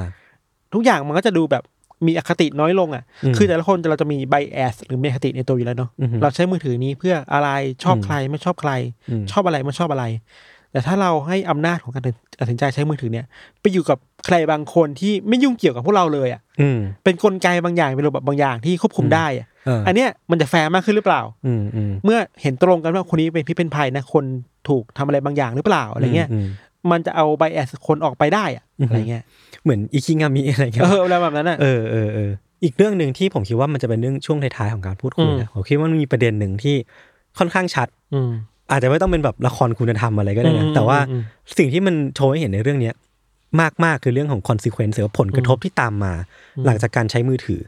B: ทุกอย่างมันก็จะดูแบบมีอคติน้อยลงอ่ะ
A: อืม
B: คือแต่ละคนเราจะมีไบแอสหรือมีอคติในตัวอยู่แล้วเนาะ
A: อือฮึ
B: เราใช้มือถือนี้เพื่ออะไรชอบ
A: อืม
B: ใครไม่ชอบใคร
A: อืม
B: ชอบอะไรไม่ชอบอะไร แต่ถ้าเราให้อำนาจของการตัดสินใจใช้มือถือเนี่ย ไปอยู่กับใครบางคนที่ไม่ยุ่งเกี่ยวกับพวกเราเลยอ่ะ
A: อืม
B: เป็นกลไกบางอย่างเป็นระบบบางอย่างที่ควบคุม
A: อืม
B: ได้อะ
A: เอออั
B: อันเนี้ยมันจะแฟร์มากขึ้นหรือเปล่า
A: อืมอืม
B: เมื่อเห็นตรงกันว่าคนนี้เป็นพิษเป็นภัยนะคนถูกทำอะไรบางอย่างหรือเปล่าอะไรเงี้ย
A: ม
B: มันจะเอาไบแอสคนออกไปได้อะ
A: อือฮึ
B: อะไรเงี้ย
A: เหมือนอิคิงามิ อะไรเงี้ย
B: เอออะไรแบบนั้นอ่ะ
A: เออเออเอออีกเรื่องหนึ่งที่ผมคิดว่ามันจะเป็นเรื่องช่วงท้ายๆของการพูดคุยนะผมคิดว่ามันมีประเด็นหนึ่งที่ค่อนข้างชัด
B: อืม
A: อาจจะไม่ต้องเป็นแบบละครคุณธรรมอะไรก็ได้นะ
B: อืม
A: แต่ว่า
B: อืม
A: สิ่งที่มันโชว์ให้เห็นในเรื่องเนี้ยมากๆคือเรื่องของ consequence หรือว่าผลกระทบที่ตามมา หลังจากการใช้มือถือ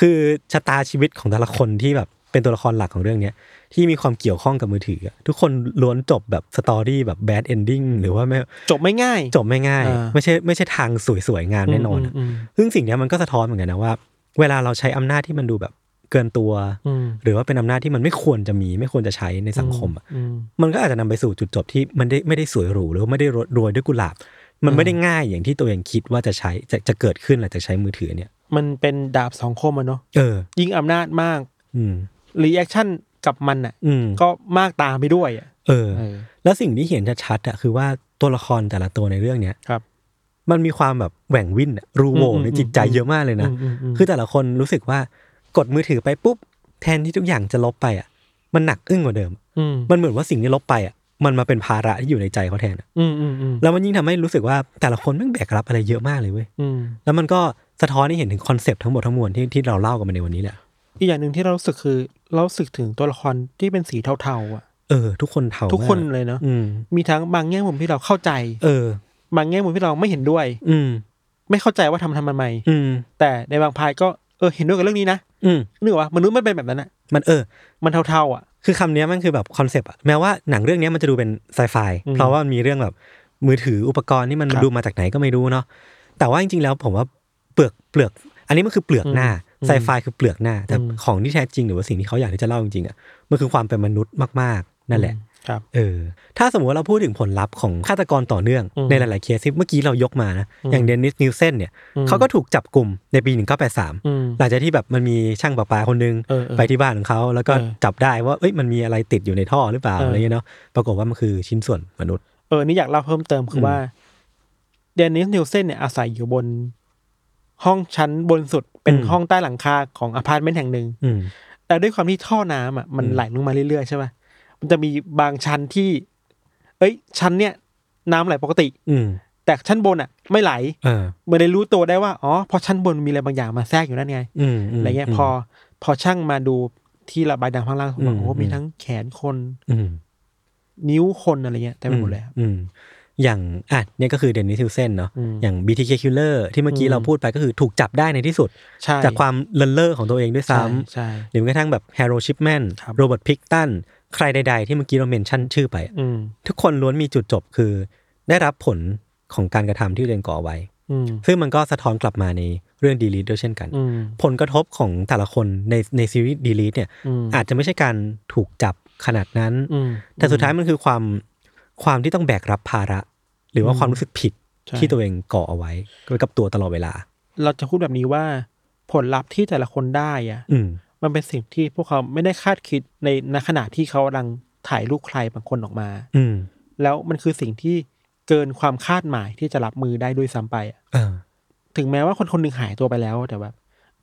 A: คือชะตาชีวิตของแต่ละคนที่แบบเป็นตัวละครหลักของเรื่องเนี้ยที่มีความเกี่ยวข้องกับมือถืออะทุกคนล้วนจบแบบสตอรี่แบบแบดเอนดิ้งหรือว่าไม่
B: จบไม่ง่าย
A: จบไม่ง่าย
B: อ่า
A: ไม่ใช่ไม่ใช่ทางสวยๆงามแน่นอนอะ
B: ม
A: ซึ่งสิ่งเนี้ยมันก็สะท้อนเหมือนกันนะว่า เวลาเราใช้อำนาจที่มันดูแบบเกินตัว
B: อืม
A: หรือว่าเป็นอำนาจที่มันไม่ควรจะมีไม่ควรจะใช้ในสังคมอะ
B: อืม
A: มันก็อาจจะนำไปสู่จุดจบที่มันได้ไม่ได้สวยหรูหรือว่าไม่ได้โรวยด้วยกุหลาบ มันไม่ได้ง่ายอย่างที่ตัวเองคิดว่าจะใช้จะจะเกิดขึ้นหลังจากใช้มือถือเนี่ย
B: มันเป็นดาบสองคมอะเนาะ
A: เออ
B: ยิ่งอำนาจมาก
A: อืม
B: รีแอคชั่นกับมันอ่ะ
A: อืม
B: ก็มากตามไปด้วยอ่ะ
A: เออ
B: เออ
A: แล้วสิ่งที่เห็นชัดๆอะคือว่าตัวละครแต่ละตัวในเรื่องเนี้ย
B: ครับ
A: มันมีความแบบแหว่งวินอะรูโหว
B: อืมอืม
A: ในจิตใจ
B: อืม
A: เยอะมากเลยนะ
B: มมม
A: คือแต่ละคนรู้สึกว่ากดมือถือไปปุ๊บ แทนที่ทุกอย่างจะลบไปอ่ะ มันหนักอึ้งกว่าเดิม
B: ม
A: มันเหมือนว่าสิ่งที่ลบไปอ่ะ มันมาเป็นภาระที่อยู่ในใจเขาแทนอะ
B: อืมอืมอืม
A: แล้วมันยิ่งทำให้รู้สึกว่าแต่ละคนแม่งแบกรับอะไรเยอะมากเลยเว้ย
B: อืม
A: แล้วมันก็สะท้อนให้เห็นถึงคอนเซปต์ทั้งหมดทั้งมวลที่ที่เราเล่ากันมาในวันนี้แหละ
B: อีกอย่างหนึ่งที่เรารู้สึกคือเรารู้สึกถึงตัวละครที่เป็นสีเทาๆอ่ะ
A: เออ ทุกคนเท่า
B: ทุกคน
A: มา
B: เลยเนาะ
A: อืม
B: มีทั้งบางแง่มุมที่เราเข้าใจ
A: เออ
B: บางแง่มุมที่เราไม่เห็นด้วย
A: อืม
B: ไม่เข้าใจว่าทำทำมันใหม่
A: อืม
B: แต่ในบางพายก็เออเห็นด้วยกับเรื่องนี้นะ
A: อืม
B: นึกออกว่ามนุษย์มันเป็นแบบนั้นอ่ะ
A: มันเออ
B: มันเท่าๆอ่ะ
A: คือคำเนี้ยมันคือแบบคอนเซปต์อะแม้ว่าหนังเรื่องเนี้ยมันจะดูเป็นไซไฟ
B: อืม
A: เพราะว่ามันมีเรื่องแบบมือถืออุปกรณ์นี่มัน
B: ครับ
A: ดูมาจากไหนก็ไม่รู้เนาะแต่ว่าจริงๆแล้วผมว่าเปลือกเปลือก อันนี้มันคือเปลือกหน้า
B: อืม
A: ไซไฟคือเปลือกหน้า แต่
B: อืม
A: ของที่แท้จริงหรือว่าสิ่งที่เขาอยากที่จะเล่าจริงๆอะมันคือความเป็นมนุษย์มากๆ นั่นแหละ
B: ครับ
A: เออ ถ้าสมมติว่าเราพูดถึงผลลัพธ์ของฆาตกรต่อเนื่อง
B: อืม
A: ในหลายๆเคสที่เมื่อกี้เรายกมานะ
B: อืม
A: อย่างเดนนิสนิวเซนเนี่ยเขาก็ถูกจับกลุ่มในปี 1983
B: อืม
A: หลังจากที่แบบมันมีช่างประปาคนนึง
B: เออเออ
A: ไปที่บ้านของเขาแล้วก็
B: เออ
A: จับได้ว่าเอ้ยมันมีอะไรติดอยู่ในท่อหรือเปล่า
B: เอออ
A: อะไรเงี้ยเนาะปรากฏว่ามันคือชิ้นส่วนมนุษย์
B: เออนี่อยากเล่าเพิ่มเติมคือ
A: ม
B: ว่าเดนนิสนิวเซนเนี่ยอาศัยอยู่บน ห้องชั้นบนสุดเป็นห้องใต้หลังคาของอพาร์ตเมนต์แห่งหนึ่ง
A: อืม
B: แต่ด้วยความที่ท่อน้ำอ่ะมัน
A: อืม
B: ไหลลงมาเรื่อยๆใช่ป่ะมันจะมีบางชั้นที่ เอ้ย ชั้นเนี่ย น้ำไหลปกติ
A: อืม
B: แต่ชั้นบนอ่ะ ไม่ไหล
A: เออ
B: เหมื่อนได้รู้ตัวได้ว่าอ๋อเพราะชั้นบนมีอะไรบางอย่างมาแทรกอยู่นั่นไง
A: อืมม
B: อะไรเงี้ยพอพอช่างมาดูที่ระบายน้ำข้างล่าง
A: อืม
B: บอกโอ้โห
A: อืม
B: มีทั้งแขนคน
A: อืม
B: นิ้วคนอะไรเงี้ยเต็มไปหมดเลยครับ
A: อืม อย่างอ่ะเนี่ยก็คือเดนนิสซิลเซนเนาะ
B: อืม
A: อย่าง BTK Killer ที่เมื่อกี้
B: อืม
A: เราพูดไปก็คือถูกจับได้ในที่สุด
B: ใช่
A: จากความเลินเล่อของตัวเองด้วย
B: ใช่
A: ซ้ำ
B: ใช่
A: หรือแม้กระทั่งแบบแฮร์โรชิปแมน
B: ครับ
A: โรเบิร์ตพิกตัน ใครใด ๆ ที่เมื่อกี้เราเมนชั่นชื่อไป
B: อืม
A: ทุกคนล้วนมีจุดจบคือ ได้รับผลของการกระทำที่ตัวเรียนก่อไว้
B: อืม
A: ซึ่งมันก็สะท้อนกลับมาในเรื่องดีลีทด้วยเช่นกัน
B: อืม
A: ผลกระทบของแต่ละคนในในซีรีส์ดีลีทเนี่ย
B: อืม
A: อาจจะไม่ใช่การถูกจับขนาดนั้น
B: อืม
A: แต่สุดท้ายมันคือความความที่ต้องแบกรับภาระ หรือว่าความรู้สึกผิด
B: ใช่
A: ที่ตัวเองก่อเอาไว้ไว้กับตัวตลอดเวลา
B: เราจะพูดแบบนี้ว่าผลลัพธ์ที่แต่ละคนได้อะ
A: อืม
B: มันเป็นสิ่งที่พวกเขาไม่ได้คาดคิดในณขณะที่เขากำลังถ่ายรูปใครบางคนออกมา
A: อืม
B: แล้วมันคือสิ่งที่เกินความคาดหมายที่จะรับมือได้ด้วยซ้ำไปอะ
A: เออ
B: ถึงแม้ว่าคนคนหนึ่งหายตัวไปแล้วแต่แบบ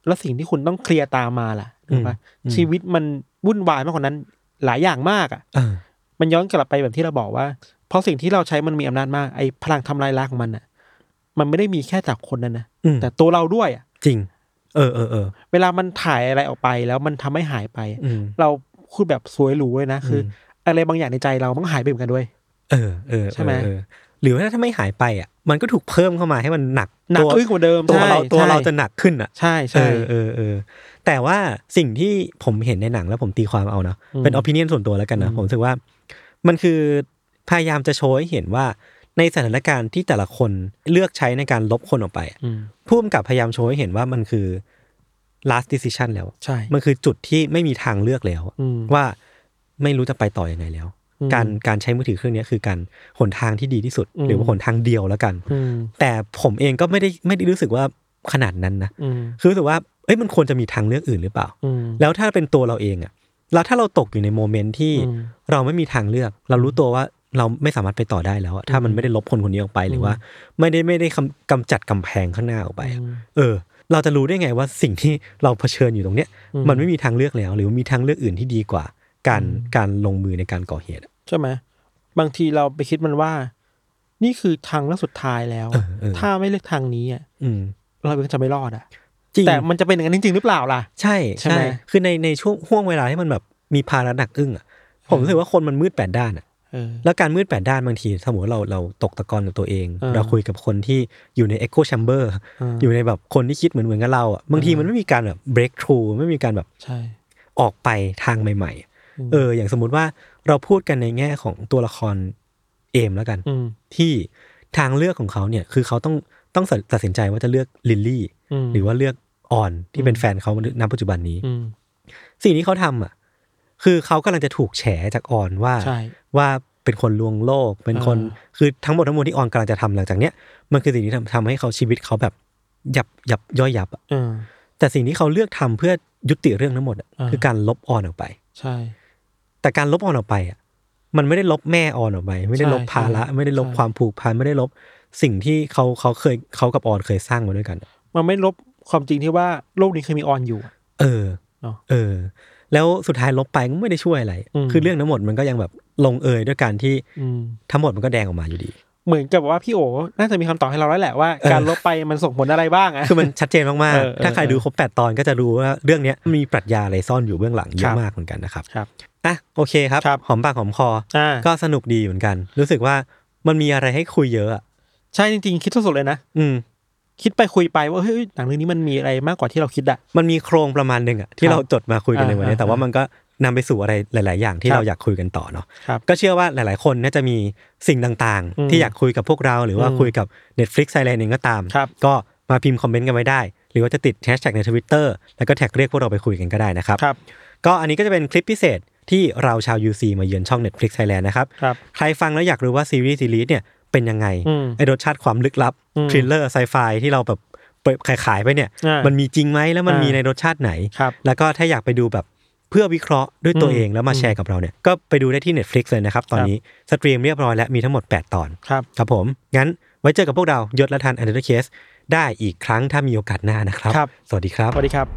B: แล้วสิ่งที่คุณต้องเคลียร์ตามมาล่ะถูกปะ
A: อืม
B: ชีวิตมันวุ่นวายมากกว่านั้นหลายอย่างมากอ่ะ
A: เออ
B: มันย้อนกลับไปแบบที่เราบอกว่า เพราะสิ่งที่เราใช้มันมีอำนาจมากไอ้พลังทำลายล้างของมันอ่ะ มันไม่ได้มีแค่จากคนนั้นนะ
A: อืม
B: แต่ตัวเราด้วยอ่ะ
A: จริง เออเออเออ
B: เวลามันถ่ายอะไรออกไปแล้วมันทำให้หายไป
A: อืม
B: เราพูดแบบสวยหรูเลยนะ คือออะไรบางอย่างในใจเรามันก็หายไปเหมือนกันด้วย
A: เออเออ
B: ใช่ไหม
A: เออเออหรือว่าถ้าไม่หายไปอ่ะ มันก็ถูกเพิ่มเข้ามาให้มันหนัก
B: หนัก
A: ตัว
B: อึ้งกว่าเดิม
A: ตัว
B: ใช่
A: เราตัว
B: ใช่
A: เราจะหนักขึ้นอ่ะ
B: ใช่
A: เอ
B: ใช่
A: อเออเออแต่ว่าสิ่งที่ผมเห็นในหนังแล้วผมตีความเอานะ
B: อืม
A: เป็นอภินิยนส่วนตัวแล้วกันนะ
B: อืม
A: ผมรู้สึกว่า มันคือพยายามจะโชว์ให้เห็นว่าในสถานการณ์ที่แต่ละคนเลือกใช้ในการลบคนออกไปอะ
B: อืม
A: ผู้กำกับพยายามโชว์ให้เห็นว่ามันคือ last decision แล้วอะ
B: ใช่
A: มันคือจุดที่ไม่มีทางเลือกแล้วอะ
B: อืม
A: ว่าไม่รู้จะไปต่ออยังไงแล้ว
B: อืม
A: การการใช้มือถือเครื่องเนี้ยคือการหนทางที่ดีที่สุด
B: อืม
A: หรือว่าหนทางเดียวแล้วกัน
B: อืม
A: แต่ผมเองก็ไม่ได้ไม่ได้รู้สึกว่าขนาดนั้นนะ
B: อืม
A: คือรู้สึกว่าเอ้ยมันควรจะมีทางเลือกอื่นหรือเปล่า
B: อืม
A: แล้วถ้าเป็นตัวเราเองอะแล้วถ้าเราตกอยู่ในโมเมนต์ที่
B: อืม
A: เราไม่มีทางเลือก เรารู้ตัวว่าเราไม่สามารถไปต่อได้แล้วอะถ้ามันไม่ได้ลบคนคนนี้ออกไปหรือว่า ไม่ได้ไม่ได้กำกำจัดกำแพงข้างหน้าออกไปอะ
B: อืม
A: เออ เราจะรู้ได้ไงว่าสิ่งที่เราเผชิญอยู่ตรงเนี้ย
B: อืม
A: มันไม่มีทางเลือกแล้ว หรือว่ามีทางเลือกอื่นที่ดีกว่า การการลงมือในการก่อเหตุอะ
B: ใช่ไหมบางทีเราไปคิดมันว่า นี่คือทางและสุดท้ายแล้ว
A: เออเออ
B: ถ้าไม่เลือกทางนี้อะ
A: อืม
B: เราเองจะไม่รอดอ่ะ
A: จริง
B: แต่มันจะเป็นอย่างนั้นจริงๆหรือเปล่าล่ะ
A: ใช่
B: ใช่
A: ใช่
B: ไหม
A: คือในในช่วงห่วงเวลาที่มันแบบมีภาระหนักอึ้งอ่ะผมรู้สึกว่าคนมันมืดแปดด้านอ่ะ
B: เออ
A: แล้วการมืดแปดด้านบางทีสมมติว่าเราเราตกตะกอนกับตัวเอง
B: อ่า
A: เราคุยกับคนที่อยู่ใน Echo Chamber
B: อ่า
A: อยู่ในแบบคนที่คิดเหมือนเหมือนกับเราอ่ะบางทีมันไม่มีการแบบ break through ไม่มีการแบบ
B: ใช่
A: ออกไปทางใหม่ๆ เออ อย่างสมมุติว่าเราพูดกันในแง่ของตัวละครเอมแล้วกัน
B: อืม
A: ที่ทางเลือกของเขาเนี่ยคือเขาต้องต้องตัดสินใจว่าจะเลือกลิลลี่
B: อืม
A: หรือว่าเลือกอ่อนที่เป็นแฟนเขาณปัจจุบันนี้
B: อืม
A: สิ่งที่เขาทำอ่ะ คือเขากำลังจะถูกแฉจากอ่อนว่า
B: ใช่
A: ว่าเป็นคนลวงโลก เป็นคนคือทั้งหมดทั้งมวลที่อ่อนกำลังจะทำหลังจากเนี้ยมันคือสิ่งที่ทำทำให้เขาชีวิตเขาแบบยับยับย่อยยับอะ
B: เออ
A: แต่สิ่งที่เขาเลือกทำเพื่อยุติเรื่องทั้งหมดอะ
B: อ่า
A: คือการลบอ่อนออกไป
B: ใช่
A: แต่การลบอ่อนออกไปอ่ะมันไม่ได้ลบแม่อ่อนออกไป ไม่ได้ลบ
B: ใช่
A: ภาระ
B: ใช่
A: ไม่ได้ลบ
B: ใช่
A: ความผูกพันไม่ได้ลบสิ่งที่เขาเขาเคยเขากับอ่อนเคยสร้างมาด้วยกันอะ
B: มันไม่ลบความจริงที่ว่าโลกนี้เคยมีออนอยู่อะ
A: เออ
B: เนอะ
A: เออ แล้วสุดท้ายลบไปก็ไม่ได้ช่วยอะไร
B: อืม
A: คือเรื่องทั้งหมดมันก็ยังแบบลงเอยด้วยการที่
B: อืม
A: ทั้งหมดมันก็แดงออกมา อยู่ดี
B: เหมือนกับว่าพี่โอ น่าจะมีคำตอบให้เราแล้วแหละว่า
A: เออ
B: การลบไปมันส่งผลอะไรบ้างอ่ะ
A: คือมันชัดเจนมาก
B: เออเอ
A: ๆ
B: อ
A: ถ้าใครดูครบ 8 ตอนก็จะรู้ว่าเรื่องเนี้ยมีปรัชญาอะไรซ่อนอยู่เบื้องหลังเย
B: ครั
A: อะ
B: บ
A: มากเหมือนกันนะครับ
B: ครับ
A: อ่ะโอเคครับ
B: ครับ
A: หอมปากหอมคอ
B: อ่า
A: ก็สนุกดีเหมือนกัน รู้สึกว่ามันมีอะไรให้คุยเยอะอะ
B: ใช่จริงๆ คิดสดๆเลยนะ
A: อืม
B: คิดไปคุยไปว่าเฮ้ยหนังเรื่องนี้มันมีอะไรมากกว่าที่เราคิดอะ
A: มันมีโครงประมาณหนึ่งอะที่
B: ครับ
A: เราจดมาคุยกันในวันนี้
B: อ่า
A: แต่ว่ามันก็นำไปสู่อะไรหลาย ๆ อย่างที่
B: ครับ
A: เราอยากคุยกันต่อเนาะ
B: ครับ
A: ก็เชื่อว่าหลาย ๆ คนน่าจะมีสิ่งต่าง
B: อืม
A: ๆ ที่อยากคุยกับพวกเรา หรือว่า
B: อืม
A: คุยกับ Netflix t h a i l a n d เองก็ตาม
B: ครับ
A: ก็มาพิมพ์คอมเมนต์กันไว้ได้ หรือว่าจะติดแฮชแท็กใน Twitter แล้วก็แท็กเรียกพวกเราไปคุยกันก็ได้นะครับ
B: ครับ
A: ก็อันนี้ก็จะเป็นคลิปพิเศษที่เราชาว UC มาเยือนช่อง Netflix Thailand นะครับ
B: ครับ
A: ใครฟังแล้วอยากรู้ว่าซีรีส์ซีรีส์เนี่ยเป็นยังไง
B: อืม
A: ไอรสชาติความลึกลับ
B: อืม
A: ทริลเลอร์ไซไฟที่เราแบบเปิดขายๆไปเนี่ย
B: อ่ามั
A: มันมีจริงไหมแล้วมัน
B: อ่ามี
A: มีในรสชาติไหน
B: ครับ
A: แล้วก็ถ้าอยากไปดูแบบเพื่อวิเคราะห์ด้วยตัวเองแล้วมาแชร์กับเราเนี่ย ก็ไปดูได้ที่ Netflix เลยนะครับ ตอนนี้สตรีมเรียบร้อยและมีทั้งหมด 8 ตอน
B: ครับ
A: ครับผม งั้นไว้เจอกับพวกเรายศและทัน a n d e r Case ได้อีกครั้งถ้ามีโอกาสหน้านะครับ
B: ครับ
A: สวัสดีครับ
B: สวัสดีครับ